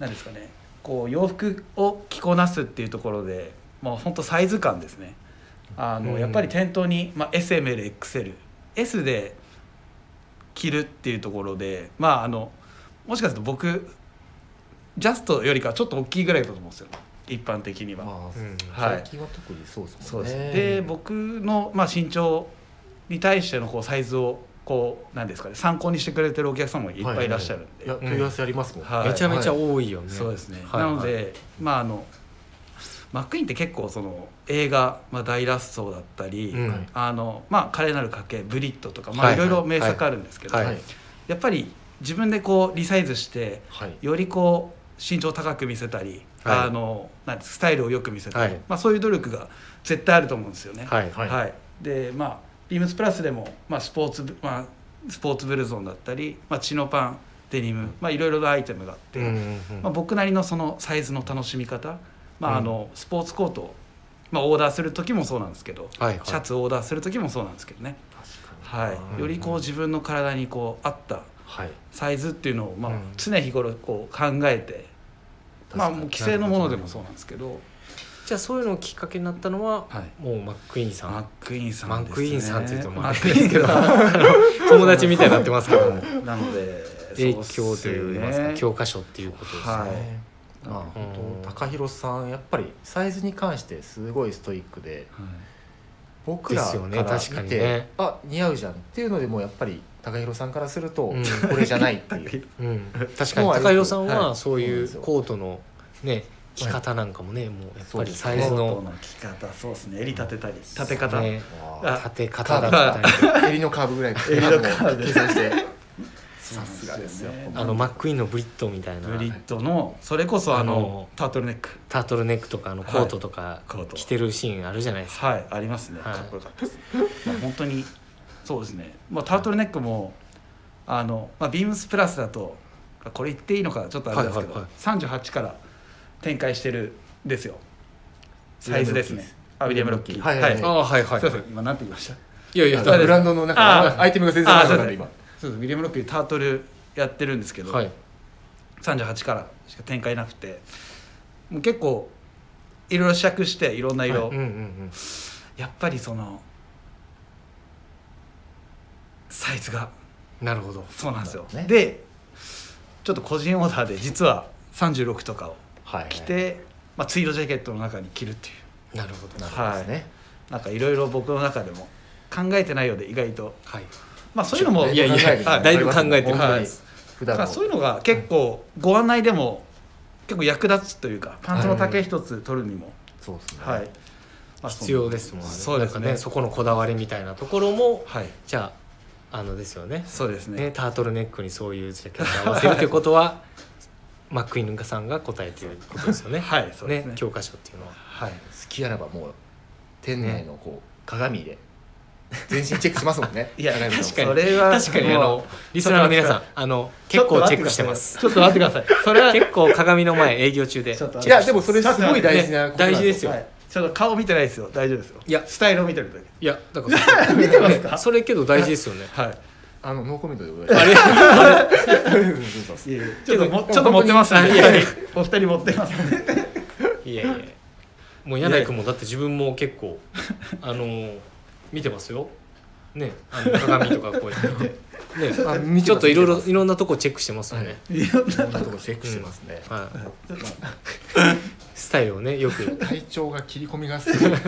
なんですかねこう洋服を着こなすっていうところでまあ本当サイズ感ですねあの、うんやっぱり店頭に、まあ、SMLXLS で着るっていうところでまああのもしかすると僕ジャストよりかはちょっと大きいぐらいだと思うんですよ一般的には。まあうん最近は特にそうですそもうんでねす、で僕の、まあ、身長に対してのこうサイズをこうなんですかね参考にしてくれてるお客様もいっぱいいらっしゃるんで、いや問い合わせありますもん、はいめちゃめちゃ多いよね、そうですね、はいなので、まああのマックイーンって結構その映画「まあ、大脱走」だったり、うんはいあのまあ、華麗なる賭けブリッドとか、まはあ、いいろいろ名作あるんですけど、はいはいやっぱり自分でこうリサイズしてはいよりこう身長を高く見せたり、はいあのなんですスタイルをよく見せたり、はいまあ、そういう努力が絶対あると思うんですよね。はいはいはい、でまあビームスプラスでも、まあ、スポーツブ、まあ、スポーツブルゾンだったり、まあ、チノパンデニム、まあ、いろいろなアイテムがあって、うんうんうんまあ、僕なりのそのサイズの楽しみ方、まうんあ、あのスポーツコートを、まあ、オーダーする時もそうなんですけど、はいはいシャツをオーダーする時もそうなんですけどね、確かにはい、よりこう自分の体にこう合ったはいサイズっていうのを、まあうん常日頃こう考えて、まあ、もう既成のものでもそうなんですけど、じゃあそういうのをきっかけになったのは、はい、もうマックイーンさマッんクイーンさんマックイーンさんって言うとママッッククイイーンーンけど友達みたいになってます けどもなので影響といいますかそうっ教科書っていうことですね、はいまあ本うん当高弘さんやっぱりサイズに関してすごいストイックですよねはい僕らですかよねら確か見にて、ねあ似合うじゃんっていうのでもうやっぱり高弘さんからすると、うんこれじゃないって いううん、確かにもうあれ高弘さんははいそういそううなんですよコートのね着方なんかもねもうやっぱりサイズコートのの着方そうですね襟立てたり立て方、ねあ立て方だったり襟のカーブぐらい襟のカーブ計算してそうなさんすがですよねあのマックイーンのブリットみたいなブリットのそれこそあのあのタートルネックタートルネックとかあのコートとかコート着てるシーンあるじゃないですかはいありますね、はいかっこよかったです、まあ、本当にそうですね、まあ、タートルネックもあの、まあ、ビームスプラスだとこれ言っていいのかちょっとあれですけど、はいはい38から展開してるんですよサイズですねあウィリアム・ロッキーはいはいはいあはいはすいません今何て言いましたいやいやそうですブランドのあ中アイテムが全然なくなある今そうですウィリアム・ロッキータートルやってるんですけど、はい38からしか展開なくてもう結構いろいろ試着していろんなうん色、うんうんやっぱりそのサイズがなるほどそうなんですよ、ねでちょっと個人オーダーで実は36とかをはい着て、まあ、ツイードジャケットの中に着るっていなるほどなるほどですね、うなんかいろいろ僕の中でも考えてないようで意外とはいまあそういうのもねいやいや考えるはいだいぶ考えてる本当はいに普段だからのそういうのが結構ご案内でも結構役立つというかパンツの丈一つ取るにも、そうですねはいまあ必要ですもんねそうですねなんかねそこのこだわりみたいなところもはいじゃああのですよねそうですねねタートルネックにそういうジャケットを合わせるということ はマックイーンさんが答えていることですよねはいそうですね教科書っていうのははい好きあらばもう店内のこう鏡で全身チェックしますも んねいや高弘さん確かにそれは確かにあもうのリスナーの皆さんあの結構チェックしてますちょっと待ってくださいそれは結構鏡の前営業中でちょっといやでもそれすごい大事なことなんね大事ですよはいちょっと顔見てないですよ大丈夫ですよいやスタイルを見てるだけいやだから見てますかそれけど大事ですよ ねはいあのノーコメントでお願いします いやいやちょっともちょっと持ってますねいやいやお二人持ってますねいやいやもう柳井君もだって自分も結構あのー見てますよねあの鏡とかこうやって見てねあ見てますちょっといろいろ見ていろんなとこチェックしてますよね、いろんますいろんなとこチェックしてますね、はいスタイルをねよく体調が切り込みがすご いもう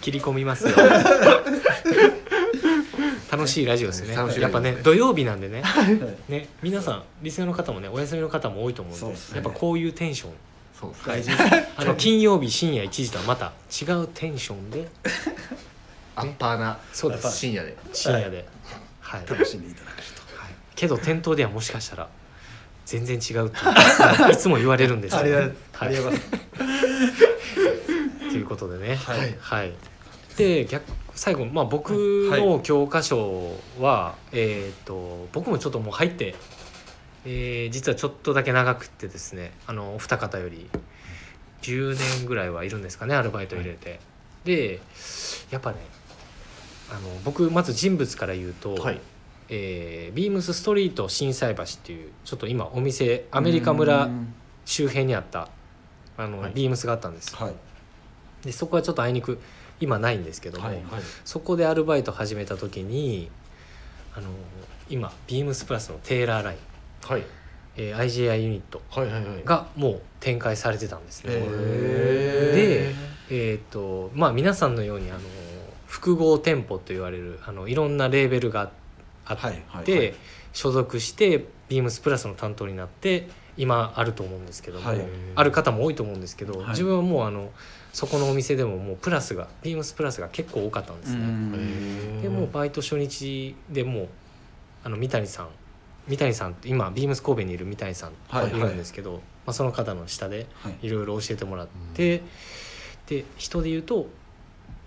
切り込みますよ楽しいラジオですね楽しいやっラジオぱね土曜日なんでねね皆さんリスナーの方もねお休みの方も多いと思うんでそうですねやっぱこういうテンションそうですね大事ですねあの金曜日深夜1時とはまた違うテンションでアッパーなそうです深夜で深夜で、はい楽しんでいただけるはいけど店頭ではもしかしたら全然違うっていういつも言われるんですとありがとうはあいりがとうございますということでねはいい、で逆最後、まあ、僕の教科書は、えっ、と僕もちょっともう入って、えー実はちょっとだけ長くってですねあのお二方より10年ぐらいはいるんですかねアルバイト入れて、でやっぱねあの僕まず人物から言うと、はいえービームスストリート心斎橋っていうちょっと今お店アメリカ村うん周辺にあったあの、はいビームスがあったんですはいでそこはちょっとあいにく今ないんですけども、はいはいそこでアルバイト始めた時にあの今ビームスプラスのテーラーライン、はいえー IGI ユニットはいはいはいがもう展開されてたんですね、へえーっとまあ皆さんのようにあの複合店舗と言われるあのいろんなレーベルがあって、はいはいで所属してビームスプラスの担当になって今あると思うんですけども、はいある方も多いと思うんですけど、はい自分はもうあのそこのお店でももうプラスがビームスプラスが結構多かったんですね。ーでもうバイト初日でもうあの三谷さん三谷さんって今ビームス神戸にいる三谷さんはいいるんですけど、まあ、その方の下ではいいろいろ教えてもらって、で人で言うと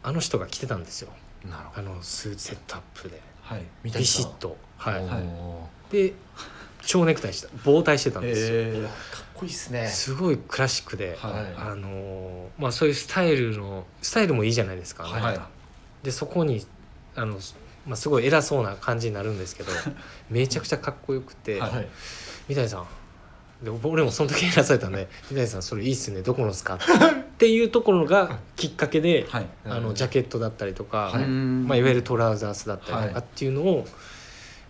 あの人が来てたんですよなるほあのスーツセットアップではいどビシッと、はいはいおで蝶ネクタイした棒tieしてたんですよ、ーえかっこいいっすねすごいクラシックで、はいあのーまあ、そういうスタイルのスタイルもいいじゃないですか、はいでそこにあのまあ、すごい偉そうな感じになるんですけどめちゃくちゃかっこよくて、はい三谷さんで俺もその時やらされたんで「三谷さんそれいいっすねどこのっすか?」っていうところがきっかけで、はいあのジャケットだったりとか、はいまあ、いわゆるトラウザースだったりとかはいっていうのを、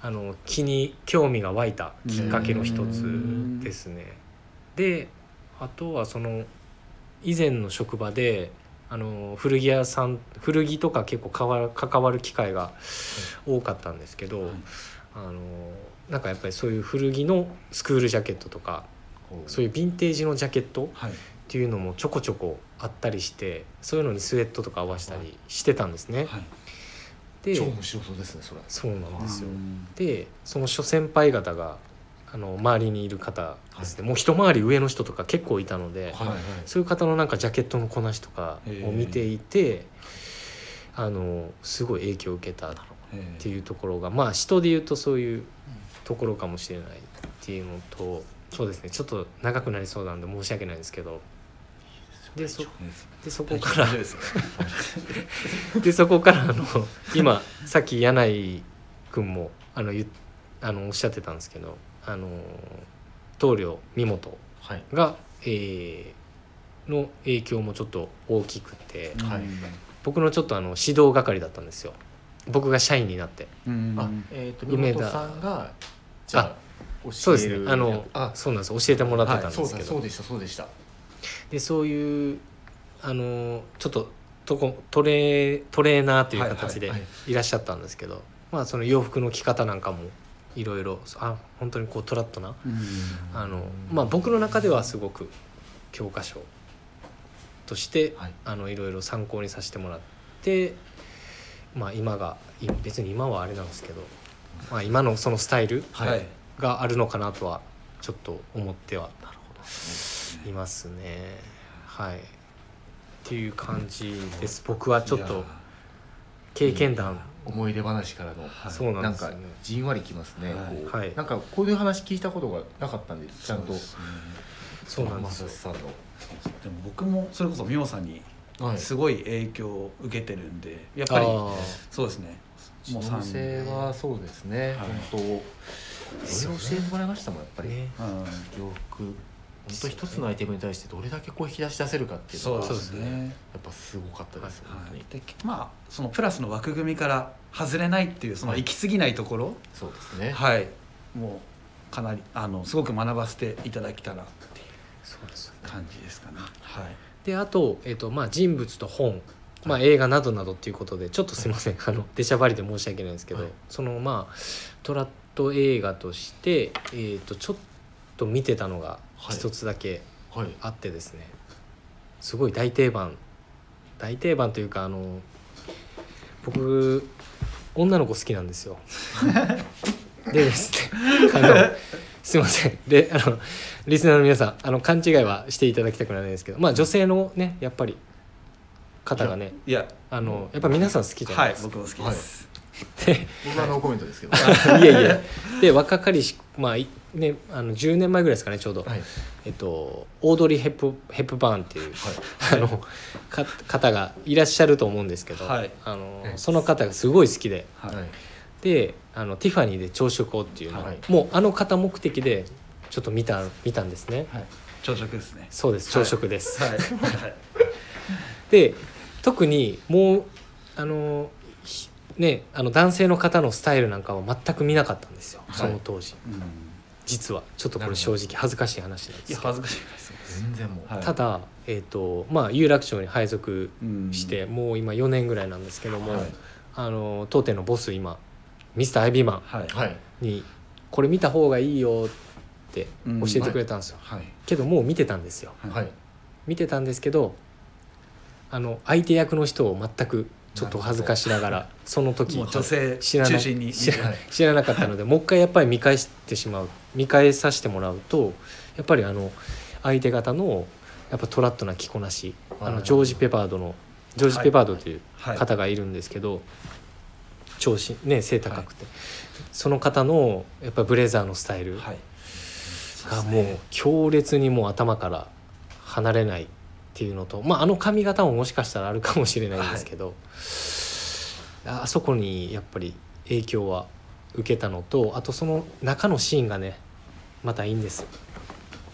あの気に興味が湧いたきっかけの一つですね。であとはその以前の職場であの古着屋さん古着とか結構かわ関わる機会が多かったんですけど、はいあのなんかやっぱりそういう古着のスクールジャケットとかこうそういうヴィンテージのジャケットはいっていうのもちょこちょこあったりしてそういうのにスウェットとか合わせたりしてたんですね。はいで超面白そうですねそれそうなんですようんでその諸先輩方があの周りにいる方ですね、もう一回り上の人とか結構いたので、はいはいそういう方のなんかジャケットのこなしとかを見ていて、あのすごい影響を受けたっえていうところがまあ人で言うとそういうところかもしれないっていうのとそうですねちょっと長くなりそうなんで申し訳ないんですけどでそでそこから大丈夫ですよでそこからあの今さっき柳井君もあの言っあのおっしゃってたんですけどあの棟梁三本はいが、えーの影響もちょっと大きくてはいうん僕のちょっとあの指導係だったんですよ僕が社員になってうんあえっと三夢だ本さんがじゃあ教えるそうですねあのあそうなんです教えてもらってたんはいでそうすだけど、そうでしたそうでしたでそういうあのちょっととこトレトレーナーという形ではいはいはいいらっしゃったんですけど、まあその洋服の着方なんかもいろいろあ本当にこうトラットなあの、まあ、僕の中ではすごく教科書としてはいあのいろいろ参考にさせてもらって、まあ、今がい別に今はあれなんですけど、まあ、今のそのスタイルはいはいがあるのかなとはちょっと思ってはいますね。はい、っていう感じです僕はちょっいやとー経験談思い出話からの、ーそうななんんですよかね。じんわりきますね、はいこうはいなんかこういう話聞いたことがなかったんでちゃんとそうなんですよ正さんでも僕もそれこそミオさんにの、はい、すごい影響を受けてるんでやっあぱりーそうですねもう三性はそうですね、はい本当いろいろ教えてもらいましたもんやっぱり、ねうん洋服本当一つのアイテムに対してどれだけこう引き出し出せるかっていうのそがうでやっすねぱすごかったです、は本当にい、でまあそのプラスの枠組みから外れないっていうその行き過ぎないところそうですね、はい、もうかなりあのすごく学ばせていただけたらっていそうですう感じですかねはいであと,、えっとまあ、人物と本、まあ、映画などなどっていうことでちょっとすいません、あの出しゃばりで申し訳ないんですけど、はいそのまあトラット映画として、えー、とちょっと見てたのがはい一つだけはいあってですね、すごい大定番大定番というかあの僕女の子好きなん ですよ。でですねあのすいませんであのリスナーの皆さんあの勘違いはしていただきたくないですけどまあ女性のねやっぱり方がねいやあのやっぱ皆さん好きじゃないはいです僕も好きです、か、僕はノーコメントですけど、は でいえいえで若かりしまあいねあの10年前ぐらいですかねちょうど、い、えっとオードリー・ヘップヘップバーンっていう、 あのか方がいらっしゃると思うんですけど、はいあのええその方がすごい好きではいはいであのティファニーで朝食をっていうのを、はいもうあの方目的でちょっと見た見たんですねはい、朝食ですねそうです朝食です、はいはいで特にもうあのひねあの男性の方のスタイルなんかは全く見なかったんですよ、はいその当時うん実はちょっとこれ正直恥ずかしい話なんですいけやど恥ずかしいです全然もう、はいただえっ、とまあ有楽町に配属うんして、もう今4年ぐらいなんですけども、はいあの当店のボス今ミスターアイビーマンはいはいに「これ見た方がいいよ」って教えてくれたんですよ、はいけどもう見てたんですよはい見てたんですけどあの相手役の人を全くちょっと恥ずかしながらその時もう女性知らない中心に知はい知らなかったのでもう一回やっぱり見返してしまう見返させてもらうとやっぱりあの相手方のやっぱトラットな着こなしあはのいジョージ・ペパードのジョージ・ペパードというはい方がいるんですけど、調子ね背高くて、その方のやっぱブレザーのスタイルはいがもう強烈にもう頭から離れないっていうのと、まあ、あの髪型ももしかしたらあるかもしれないんですけど、ああそこにやっぱり影響は受けたのとあとその中のシーンがねまたいいんですよ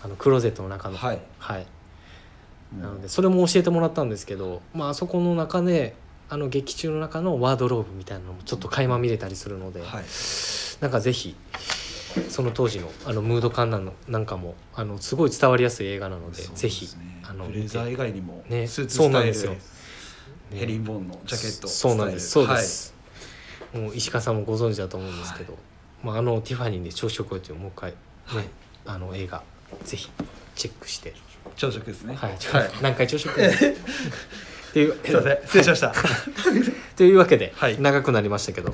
あのクローゼットの中のはいはい、なのでそれも教えてもらったんですけど、まああそこの中であの劇中の中のワードローブみたいなのもちょっと垣間見れたりするので、はいなんかぜひその当時のあのムード感なのなんかもあのすごい伝わりやすい映画なのでそうぜでひすねあのブレザー以外にもスねーツスそうなタんでイルすよねヘリンボーンのジャケットそうなんですそスタイうルです、もう石川さんもご存知だと思うんですけど、まあ、あのティファニーで朝食をというもう一回、ねあの映画ぜひチェックして、はい朝食ですねはいはい何回朝食って いうすいません失礼しましたというわけで、はい長くなりましたけ ど、い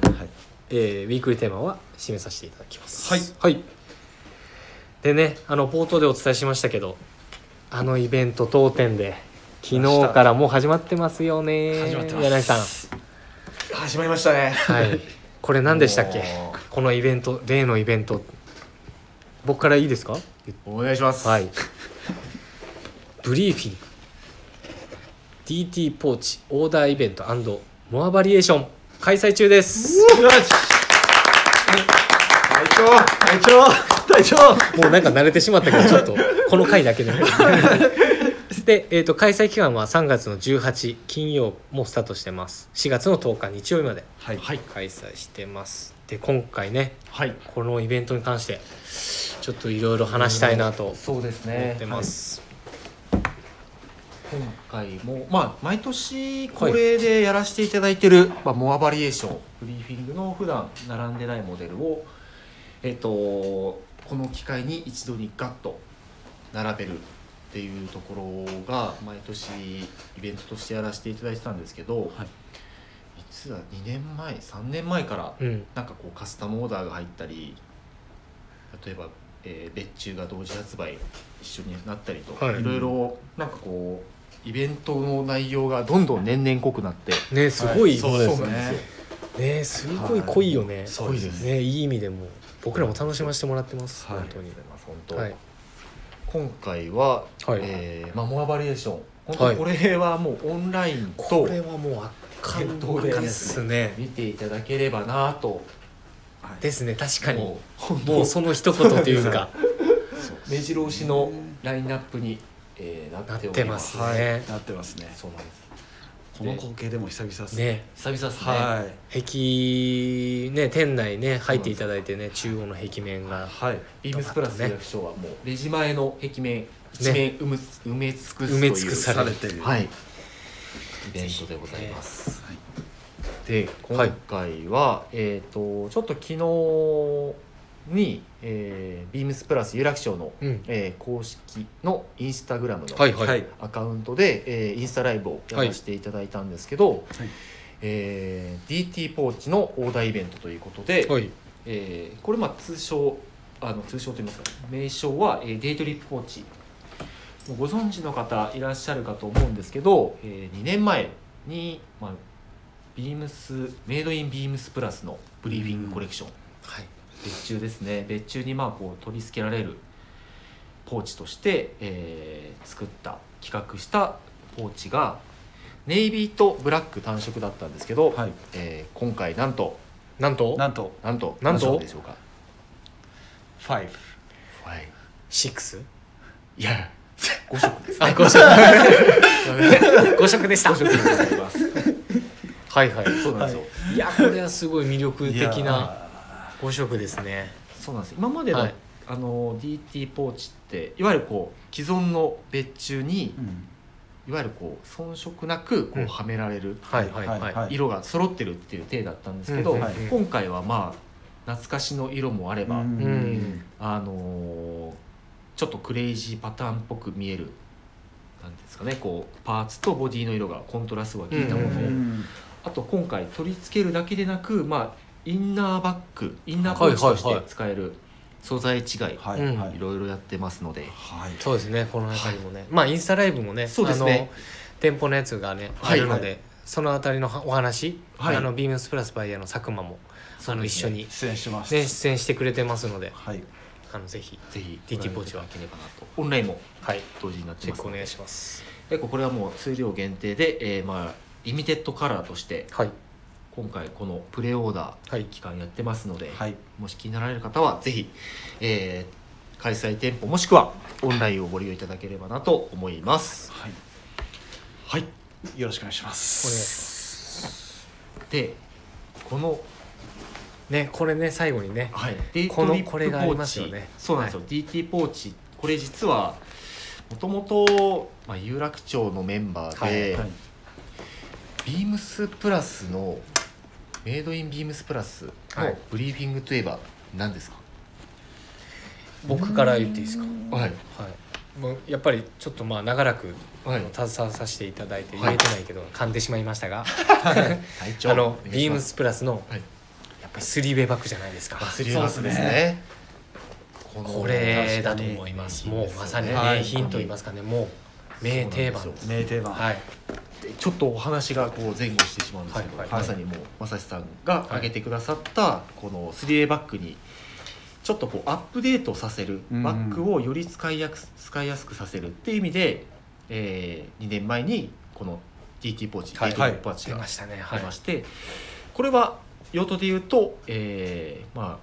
えーウィークリーテーマは締めさせていただきますはい、でねあの冒頭でお伝えしましたけどあのイベント当店で昨日からもう始まってますよね始まってます柳井さん始まりましたねはいこれ何でしたっけもこのイベント例のイベント僕からいいですかうお願いしますはいブリーフィング DT ポーチオーダーイベントモアバリエーション開催中です隊長隊長隊長もうなんか慣れてしまったけどちょっとこの回だけでで、えー、と開催期間は3月の18金曜もスタートしてます4月の10日日曜日まではいはい開催してますで今回ねはいこのイベントに関してちょっといろいろ話したいなと思そうですねってます、今回も、まあ、毎年恒例でやらせていただいてる、まあ、モアバリエーションブリーフィングの普段並んでないモデルを、えっと、この機会に一度にガッと並べるっていうところが毎年イベントとしてやらせていただいてたんですけど、はい実は2年前3年前からうんなんかこうカスタムオーダーが入ったり例えば、えー別注が同時発売一緒になったりと、はいい、ろいろなんかこうイベントの内容がどんどん年々濃くなってねすごい、そうですそうなんねでねすごい濃いよね、すごいですね。ねいい意味でも僕らも楽しませてもらってます、はい本当に本当はい今回は、はいえーまあ、モアバリエーション本はい当これはもうオンラインことれはもう圧伝巻統でですね見ていただければなとですね確かにもう本もう当その一言というか目白押しのラインナップに、えーななっっておてりまますす。ね。なってますねそうなんですこの光景でも久々ですね久々ですね、はい壁ね店内ね入っていただいてね中央の壁面がはいビームスプラス役所はもうレジ前の壁面一面埋め,、埋め尽くすという埋め尽くさされてるはいイベントでございます、はいで今回は、えっ、とちょっと昨日に、えー、ビームスプラス有楽町の、うんえー公式のインスタグラムの、はいはいはいアカウントで、えーインスタライブをやらせていただいたんですけど、えー DT ポーチのオーダーイベントということで、はいえーこれまあ通称あの通称といいますか名称は、えーデイトリップポーチもうご存知の方いらっしゃるかと思うんですけど、え2年前に、まあ、ビームスメイドインビームスプラスのブリーフィングコレクション、はい別注ですね別注にまあこう取り付けられるポーチとして、えー作った企画したポーチがネイビーとブラック単色だったんですけど、はいえー今回なんとなんとなんとなんとなんと何色でしょうか5はいシックスいや、五色です、あね。五色五色でした五色でございます。はいはいそうなんですよ。いやこれはすごい魅力的いなや五色ですねそうなんです。今までの、はいあの DT ポーチっていわゆるこう既存の別注にーうんいわゆるこう遜色なくうこんうはめられる、はいはいははいはいい色が揃ってるっていう体だったんですけど、うんはい今回はまあ懐かしの色もあれば、うんうんあのーちょっとクレイジーパターンっぽく見える。なんですかね、こうパーツとボディの色がコントラストが効いたものを、うんうんうんあと今回取り付けるだけでなく、まあ、インナーバッグインナーポーチはいとはいして使える素材違い、いはいうんはいろいろやってますので、はいそうですねこの中にもね、まあインスタライブもねそうですねあの店舗のやつがね、はいあるので、はそのあたりのお話、はいあのビームスプラスバイヤーの佐久間も、あうので一す緒ねに、ね、出演します出演してくれてますのではいあのぜひぜひ DT ご覧いただければなとオンラインもはい同時になってチェまッすクおので願いします結構これはもう数量限定で、えーまあ、リミテッドカラーとしてはい今回このプレオーダはーい期間やってますので、はいもし気になられる方はぜひ、えー開催店舗もしくはオンラインをご利用いただければなと思います。はい、はい、よろしくお願いしますお願いしでこのねこれね最後にねはい、デーこトのリップこれがありますよねポーチそうなんですよ、DT ポーチこれ実はもともと、まあ、有楽町のメンバーで、はいビームスプラスのメイドインビームスプラスのはいブリーフィングといえば何ですか、僕から言っていいですかはいはいもうやっぱりちょっとまあ長らく、はあいの携わさせていただいてはい言えてないけど、噛んでしまいましたが隊長あのお願いビしーまムすスプラスのはいやっぱりスリーウェイバッグじゃないですかバスリューバスですそうですねこのこれだと思います、もうまさに名品と言いますすかねもう名定番です名定番、はいちょっとお話がこう前後してしまうんですけど、はいはいまさにもう正志さんが挙げてくださったこの 3A バッグにちょっとこうアップデートさせるうんバッグをより使いやす使いやすくさせるっていう意味で、えー2年前にこの DT ポーチ、はい DT ポーチ出がましたねはあいりまして、これは用途で言うと、えーま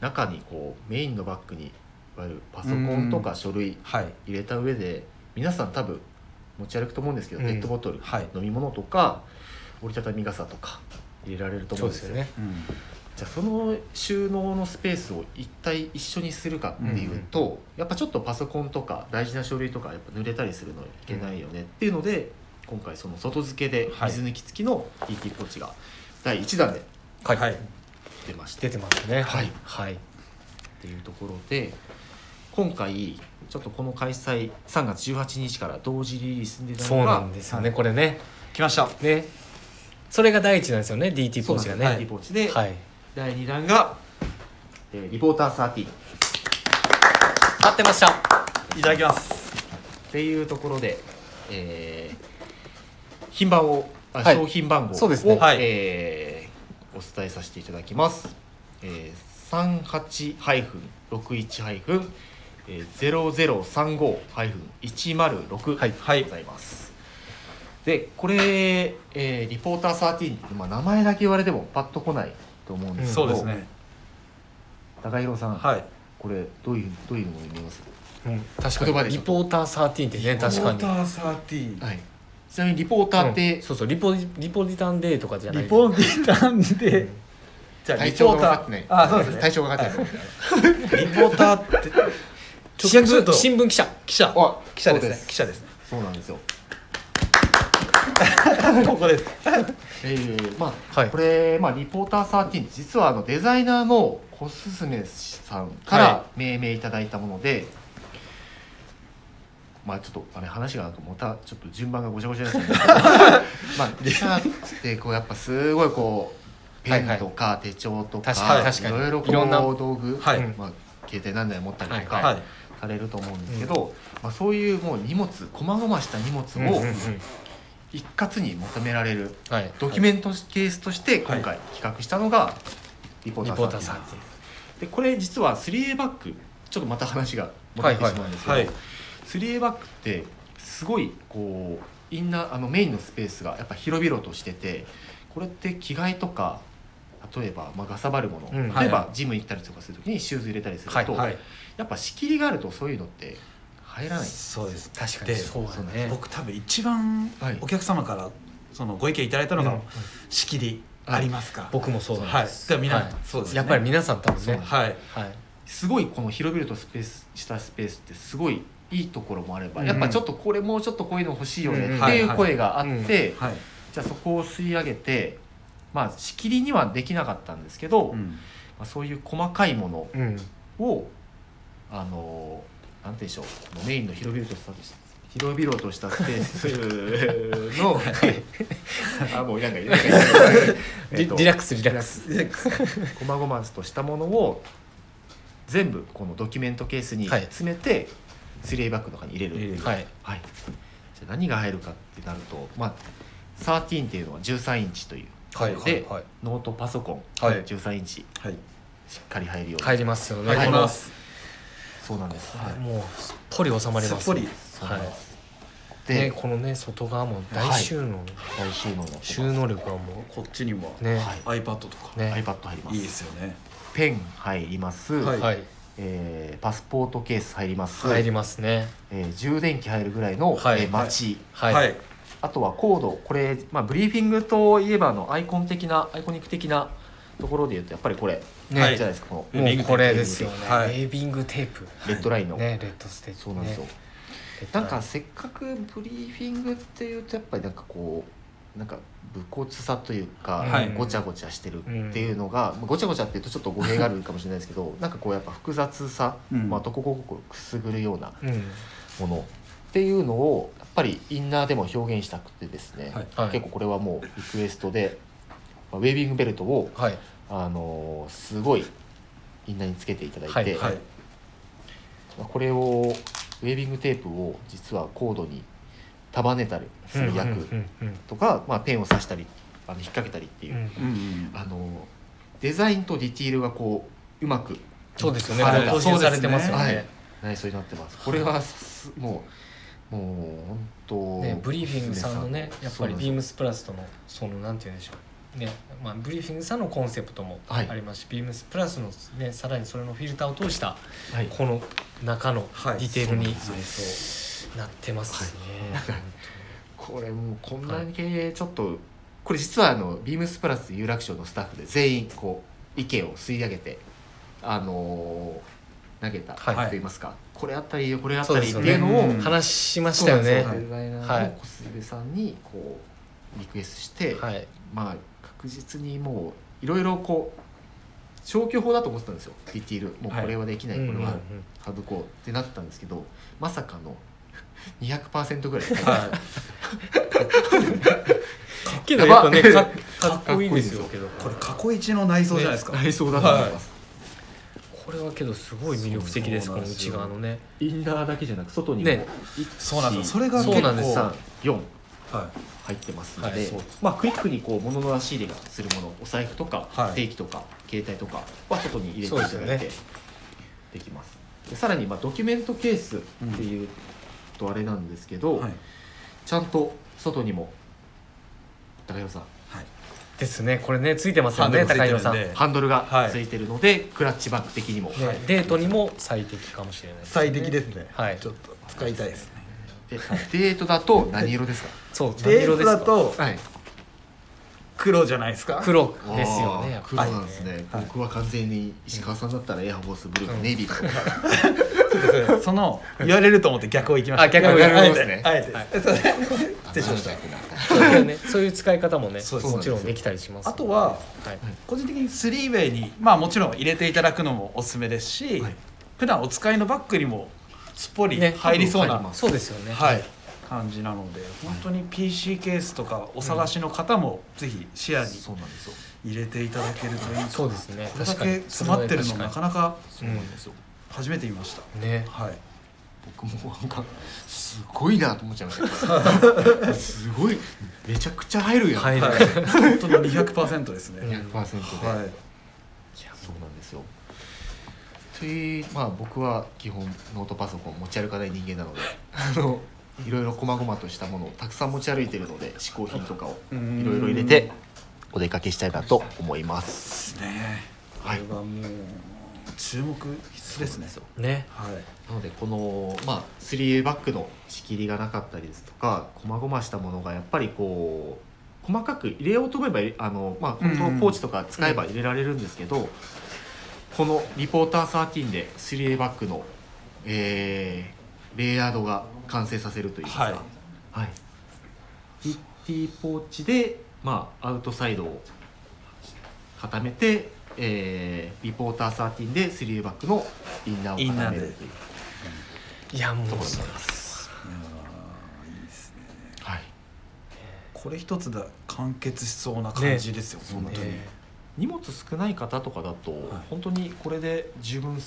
あ、中にこうメインのバッグにいわゆるパソコンとか書類はい入れた上で皆さん多分持ち歩くと思うんですけど、うんペットボトル、はい飲み物とか折りたたみ傘とか入れられると思そううんでよですすよねうんじゃあその収納のスペースを一体一緒にするかっていうと、やっぱちょっとパソコンとか大事な書類とかやっぱ濡れたりするのいけないよねっていうので、今回その外付けではい水抜き付きの DT ポーチが第1弾ではい、はい、出まして出てますねはいはいっていうところで今回ちょっとこの開催3月18日から同時リリースでそうなんですよねこれね来ましたねそれが第一なんですよね DT ポーチがねはい、リポーチで、はい第2弾が、えーリポーター13っ合ってましたいただきますていうところで、えー品番を、あはい商品番号を、そうですねはいえーお伝えさせていただきます、えー、38-61-0035-106、はいはいございますでこれ、えーリポーター13って、まあ、名前だけ言われてもパッとこないと思うんですけそど、うですね高弘さん、はいこれどういうどういうのに見えますうん確言か葉にでリポーター13ってね確かウォータにーサーティーはいちなみにリポーターっうてん、そうそうリポリポリタンデーとかじゃないリポーターなんで、 じゃあ体リポ調ーがタ分かっーてないあそうですね体調が分かって ない、リポーターって市役ちょっと所新聞記者記者 あ記者でそすうね記者ですねそうなんですよ ここですえーまあ、はいこれ、まあ、リポーター13実はあのデザイナーのコススメさんからは命名いただいたもので、まあちょっとあれ話がなんかまたちょっと順番がごちゃごちゃになっちゃうんですけどまあ 記者ってこうやっぱすごいこうペンとか手帳とか,、確かに確かにいろいろこういろんな道具、はいまあ、携帯何台持ったりとか、はいはいされると思うんですけど、まあ、そういうもう荷物細々した荷物うんうんをうん一括に求められるはいドキュメントケースとして今回企画したのがリポーリタポーータさーんさんでこれ実は 3A バッグちょっとまた話が戻ってしまうんですけど、はいはいは 3A バッグってすごいこうインナーあのメインのスペースがやっぱ広々としててこれって着替えとか例えば、まあ、がさばるもの、うん例えはいばジム行ったりとかするときにシューズ入れたりすると、はいははいやっぱ仕切りがあるとそういうのって入らないそうです確かでにそうだね僕多分一番はいお客様からそのご意見いただいたのうがん仕切りありますか僕もそうなんはいですじゃあみんはないそうですねやっぱり皆さん多分そうねなんはいはいすごいこの広々とスペースしたスペースってすごいいいところもあれば、うんやっぱちょっとこれもうちょっとこういうの欲しいよねうんっていうはい声があって、うんはいじゃあそこを吸い上げてまあ仕切りにはできなかったんですけど、まんあ、そういう細かいものうんをあのーなんて言うんでしょうこのメインの広々とした広々としたスペース のあもうなんかなんかリリラックスリラックスリラックス細々としたものを全部このドキュメントケースにはい詰めて、スリーバッグとかに入れる、入れるはいはい、じゃあ何が入るかってなると、まあ、13っていうのは13インチというはいで、はいノートパソコン、はい13インチしはいっかり入るように、帰りますよねはいこのそうなんです、はいもうすっぽり収まりますすっぽりそうなんです、で、ね、このね外側も大収納、来週の収納力はもこっちにもうね、は iPad とかね iPad 入りますいいですよねペン入ります、ははいえーパスポートケース入ります、入りますねえー充電器入るぐらいの、はいえーマチはい、はいあとはコードこれ、まあ、ブリーフィングといえばあのアイコン的なアイコニック的なところで言うとやっぱりこれ、ね、はいじゃないですかこのもうこれですよね、はいネービングテープレッドラインの、ねレッドステージ、ね、そうなんですよ、レッドなラインんかせっかくブリーフィングっていうとやっぱりなんかこうなんか武骨さというか、はいごちゃごちゃしてるっていうのが、まあごちゃごちゃっていうとちょっと語弊があるかもしれないですけどなんかこうやっぱ複雑さ、うんまあ、どこここくすぐるようなうんものっていうのをやっぱりインナーでも表現したくてですね、はいはい結構これはもうリクエストで、まあウェービングベルトを、はいあのーすごいインナーにつけていただいて、はいはいまあこれをウェービングテープを実はコードに束ねたりするうん役うんうんとか、まあ、ペンを刺したりあの引っ掛けたりっていう、うんうんうんあのデザインとディティールがこううまくそうですよねはいもう踏襲されてますよね,、はい内装になってますこれはすもうもう本当ねブリーフィングさんのねやっぱりビームムスプラスとのそのなんて言うんでしょうねまあ、ブリーフィングさんのコンセプトもあはいりますし、ビームスプラスの、ね、さらにそれのフィルターを通したはいこの中のはいディテールにそうなんですなってますね。これもうこんだけちょっと、これ実はあのビームスプラス有楽町のスタッフで全員こう意見を吸い上げてあのー投げたはいと言いますか、これあったりこれあっそうたでりっすてよいねうのをうん話しましたよねそう。なんですデザイナーの小菅さんにこうリクエストして、はい、まあ確実にもういろいろこう消去法だと思ってたんですよディティールもうこれはできない、うんこうんれうんは省こうってなってたんですけどまさかの200%ぐらいかはいけどやっぱねやばかかっこいいですよけどここれれ過去一の内装じゃないですか、内装だと思います、これはけどすごい魅力的ですそうこなんのです内よ側のね。インナーだけじゃなく外にもねそうなんですよそれが結そ構うなんですは4い入ってますので、はいそうまあクイックにこう物の足入れがするものお財布とかはい定期とか携帯とかは外に入れていたそうだでいすてよできますでさらにまあドキュメントケースっていうとあれなんですけど、はいちゃんと外にも高山さんですねこれねついてますよねハンド高ル岩ついてるさんん。でねハンドルがついてるので、クラッチバッグ的にも、デートにも最適かもしれない、最適ですねはいちょっと使いたいですねでデートだと何色ですかそう何デ色ーでトすだかとはい黒じゃないですか黒ですよねやっ黒ぱりなんですね、はい僕は完全に石川さんだったらエアボスブルーのネイビーとか、その言われると思って逆を行きましたあ逆をあえ行きてましたあえてあえてそう失礼しましたそういうねそういう使い方もねそうですもちろんできたりしますあとははい個人的にスリーウェイにまあもちろん入れていただくのもおすすめですし、はい普段お使いのバッグにもすっぽりね入りそうな、多分入りますそうですよねはい、感じなので本当に PC ケースとかお探しの方もぜひ視野に そうなんですよ入れていただけるといいかなそうですねこれだ確かけに詰まってるのなかなかそうなんですよ、初めて見ました、ねはい僕もなんかすごいなと思っちゃいましたすごいめちゃくちゃ入るやん、入るはい本当に200%ですね、 100%で、はいそうなんですよというまあ僕は基本ノートパソコン持ち歩かない人間なので あのいろいろ細々としたものをたくさん持ち歩いてるので嗜好品とかをうんいろいろ入れてお出かけしたいなと思いますですねこはいれはもう注目必須ですねそうねはいなのでこのまあ 3A バッグの仕切りがなかったりですとか細々したものがやっぱりこう細かく入れようと思えばあの、まあ、うんうん本当ポーチとか使えば入れられるんですけど、このリポーター13で 3A バッグの、えーレイヤードが完成させるというか、はいはい、フィッティポーチで、まあ、アウトサイドを固めて、えーリポーター13で 3A バッグのインナーを固めるという。いやもうところになりそます。いやーいいですねはい。これ一つで完結しそうな感じですよ、う本当に、ね荷物少ない方とかだと、はい本当にこれで十分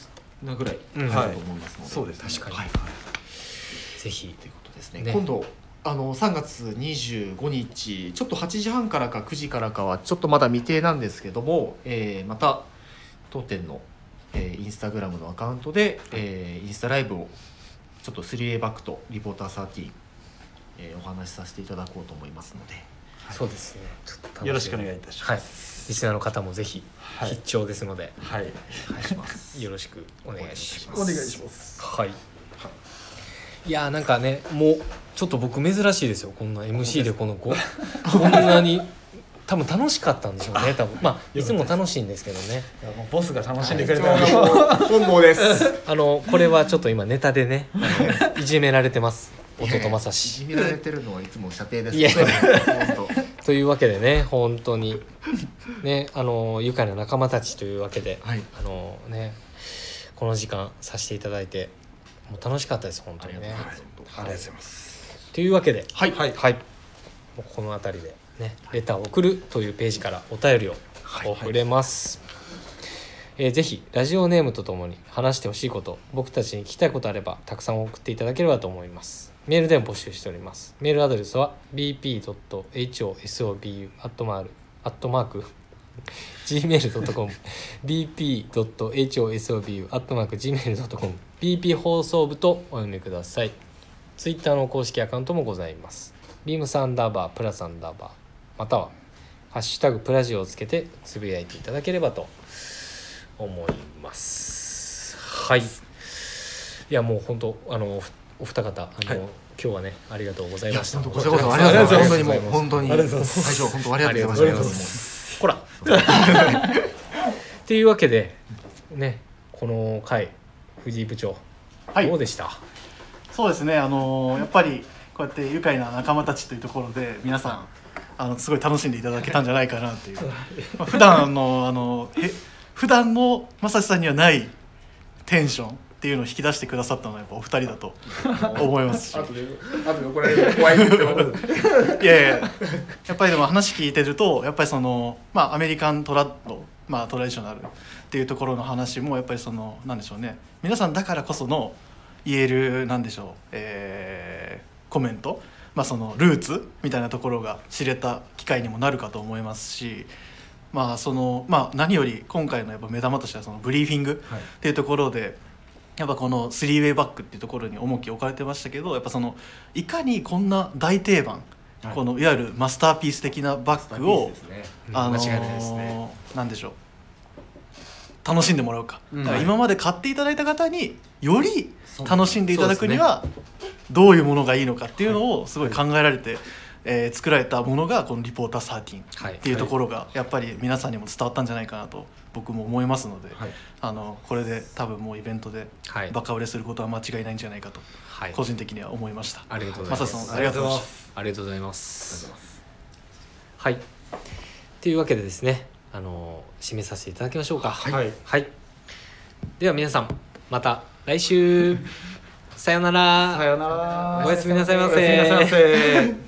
なぐらいうんあると思いますので、そうですね確かにはいぜひということですね。ね今度あの3月25日ちょっと8時半からか9時からかはちょっとまだ未定なんですけども、えーまた当店の、えーインスタグラムのアカウントで、えーインスタライブをちょっと 3A バックとリポーター13えーお話しさせていただこうと思いますのでそうですねちょっと楽みよろしくお願いいたしますはいリスナーの方もぜひい必聴ですので、はいよろしくお願いしますお願いしますはいいやーなんかねもうちょっと僕珍しいですよこんな MC でこの子こんなに多分楽しかったんでしょうね 多分まあいつも楽しいんですけどねいやもうボスが楽しんでくれたら本望ですあのこれはちょっと今ネタでねあのいじめられてます弟正いじ志められてるのはいつも射程ですいや本というわけでね本当にねあの愉快な仲間たちというわけで当はいあのねこの時間させていただいてもう楽しかったです本あ当りがにとうねございまあすりがとうございますというわけではいはいはい、もうこの辺りで、ね、レターを送るというページからお便りを送れます。えーぜひラジオネームとともに話してほしいこと僕たちに聞きたいことあればたくさん送っていただければと思いますメールでも募集しておりますメールアドレスは bp.hosobu.gmail.com bp.hosobu.gmail.com bp 放送部とお読みくださいツイッターの公式アカウントもございます。ビームサンダーバー、プラサンダーバー、または、ハッシュタグプラジオをつけてつぶやいていただければと思います。はい。いや、もう本当、あの、おふお二方、あの、今日はね、ありがとうございました。こちらこそありがとうございます本当にもう本当にありがとうございます最初本当ありがとうごあざいりがまとうございますほら っていうわけで、ね、この回、藤井部長、はいどうでしたそうですねあのーやっぱりこうやって愉快な仲間たちというところで皆さんあのすごい楽しんでいただけたんじゃないかなっていう、まあ、普段のあのへ普段の正志さんにはないテンションっていうのを引き出してくださったのはやっぱお二人だと思いますし 後で後で怒られるの怖いですよ いやいややっぱりでも話聞いてるとやっぱりそのまあアメリカントラッドまあトラディショナルっていうところの話もやっぱりそのなんでしょうね皆さんだからこその言えるなんでしょう、えーコメント、まあ、そのルーツみたいなところが知れた機会にもなるかと思いますし。まあそのまあ、何より今回のやっぱ目玉としてはそのブリーフィングっていうところで、やっぱこのスリーウェイバックっていうところに重きを置かれてましたけどやっぱそのいかにこんな大定番、このいわゆるマスターピース的なバッグを、あのー間違いないですねなんでしょう楽しんでもらうか,、うんだから今まで買っていただいた方により楽しんでいただくにそはどういうものがいいのかっていうのをすごい考えられて、えー作られたものがこの「リポーター13」はいっていうところがやっぱり皆さんにも伝わったんじゃないかなと僕も思いますので、はいあのこれで多分もうイベントではいバカ売れすることは間違いないんじゃないかとはい個人的には思いました。ありがとうござマいまサすさんありがとうございました。ありがとうございます。はい。というわけでですね、あの締めさせていただきましょうか。はいでは皆さんまた来週。さようなら。さよならおやすみなさいませおやすみなさいませ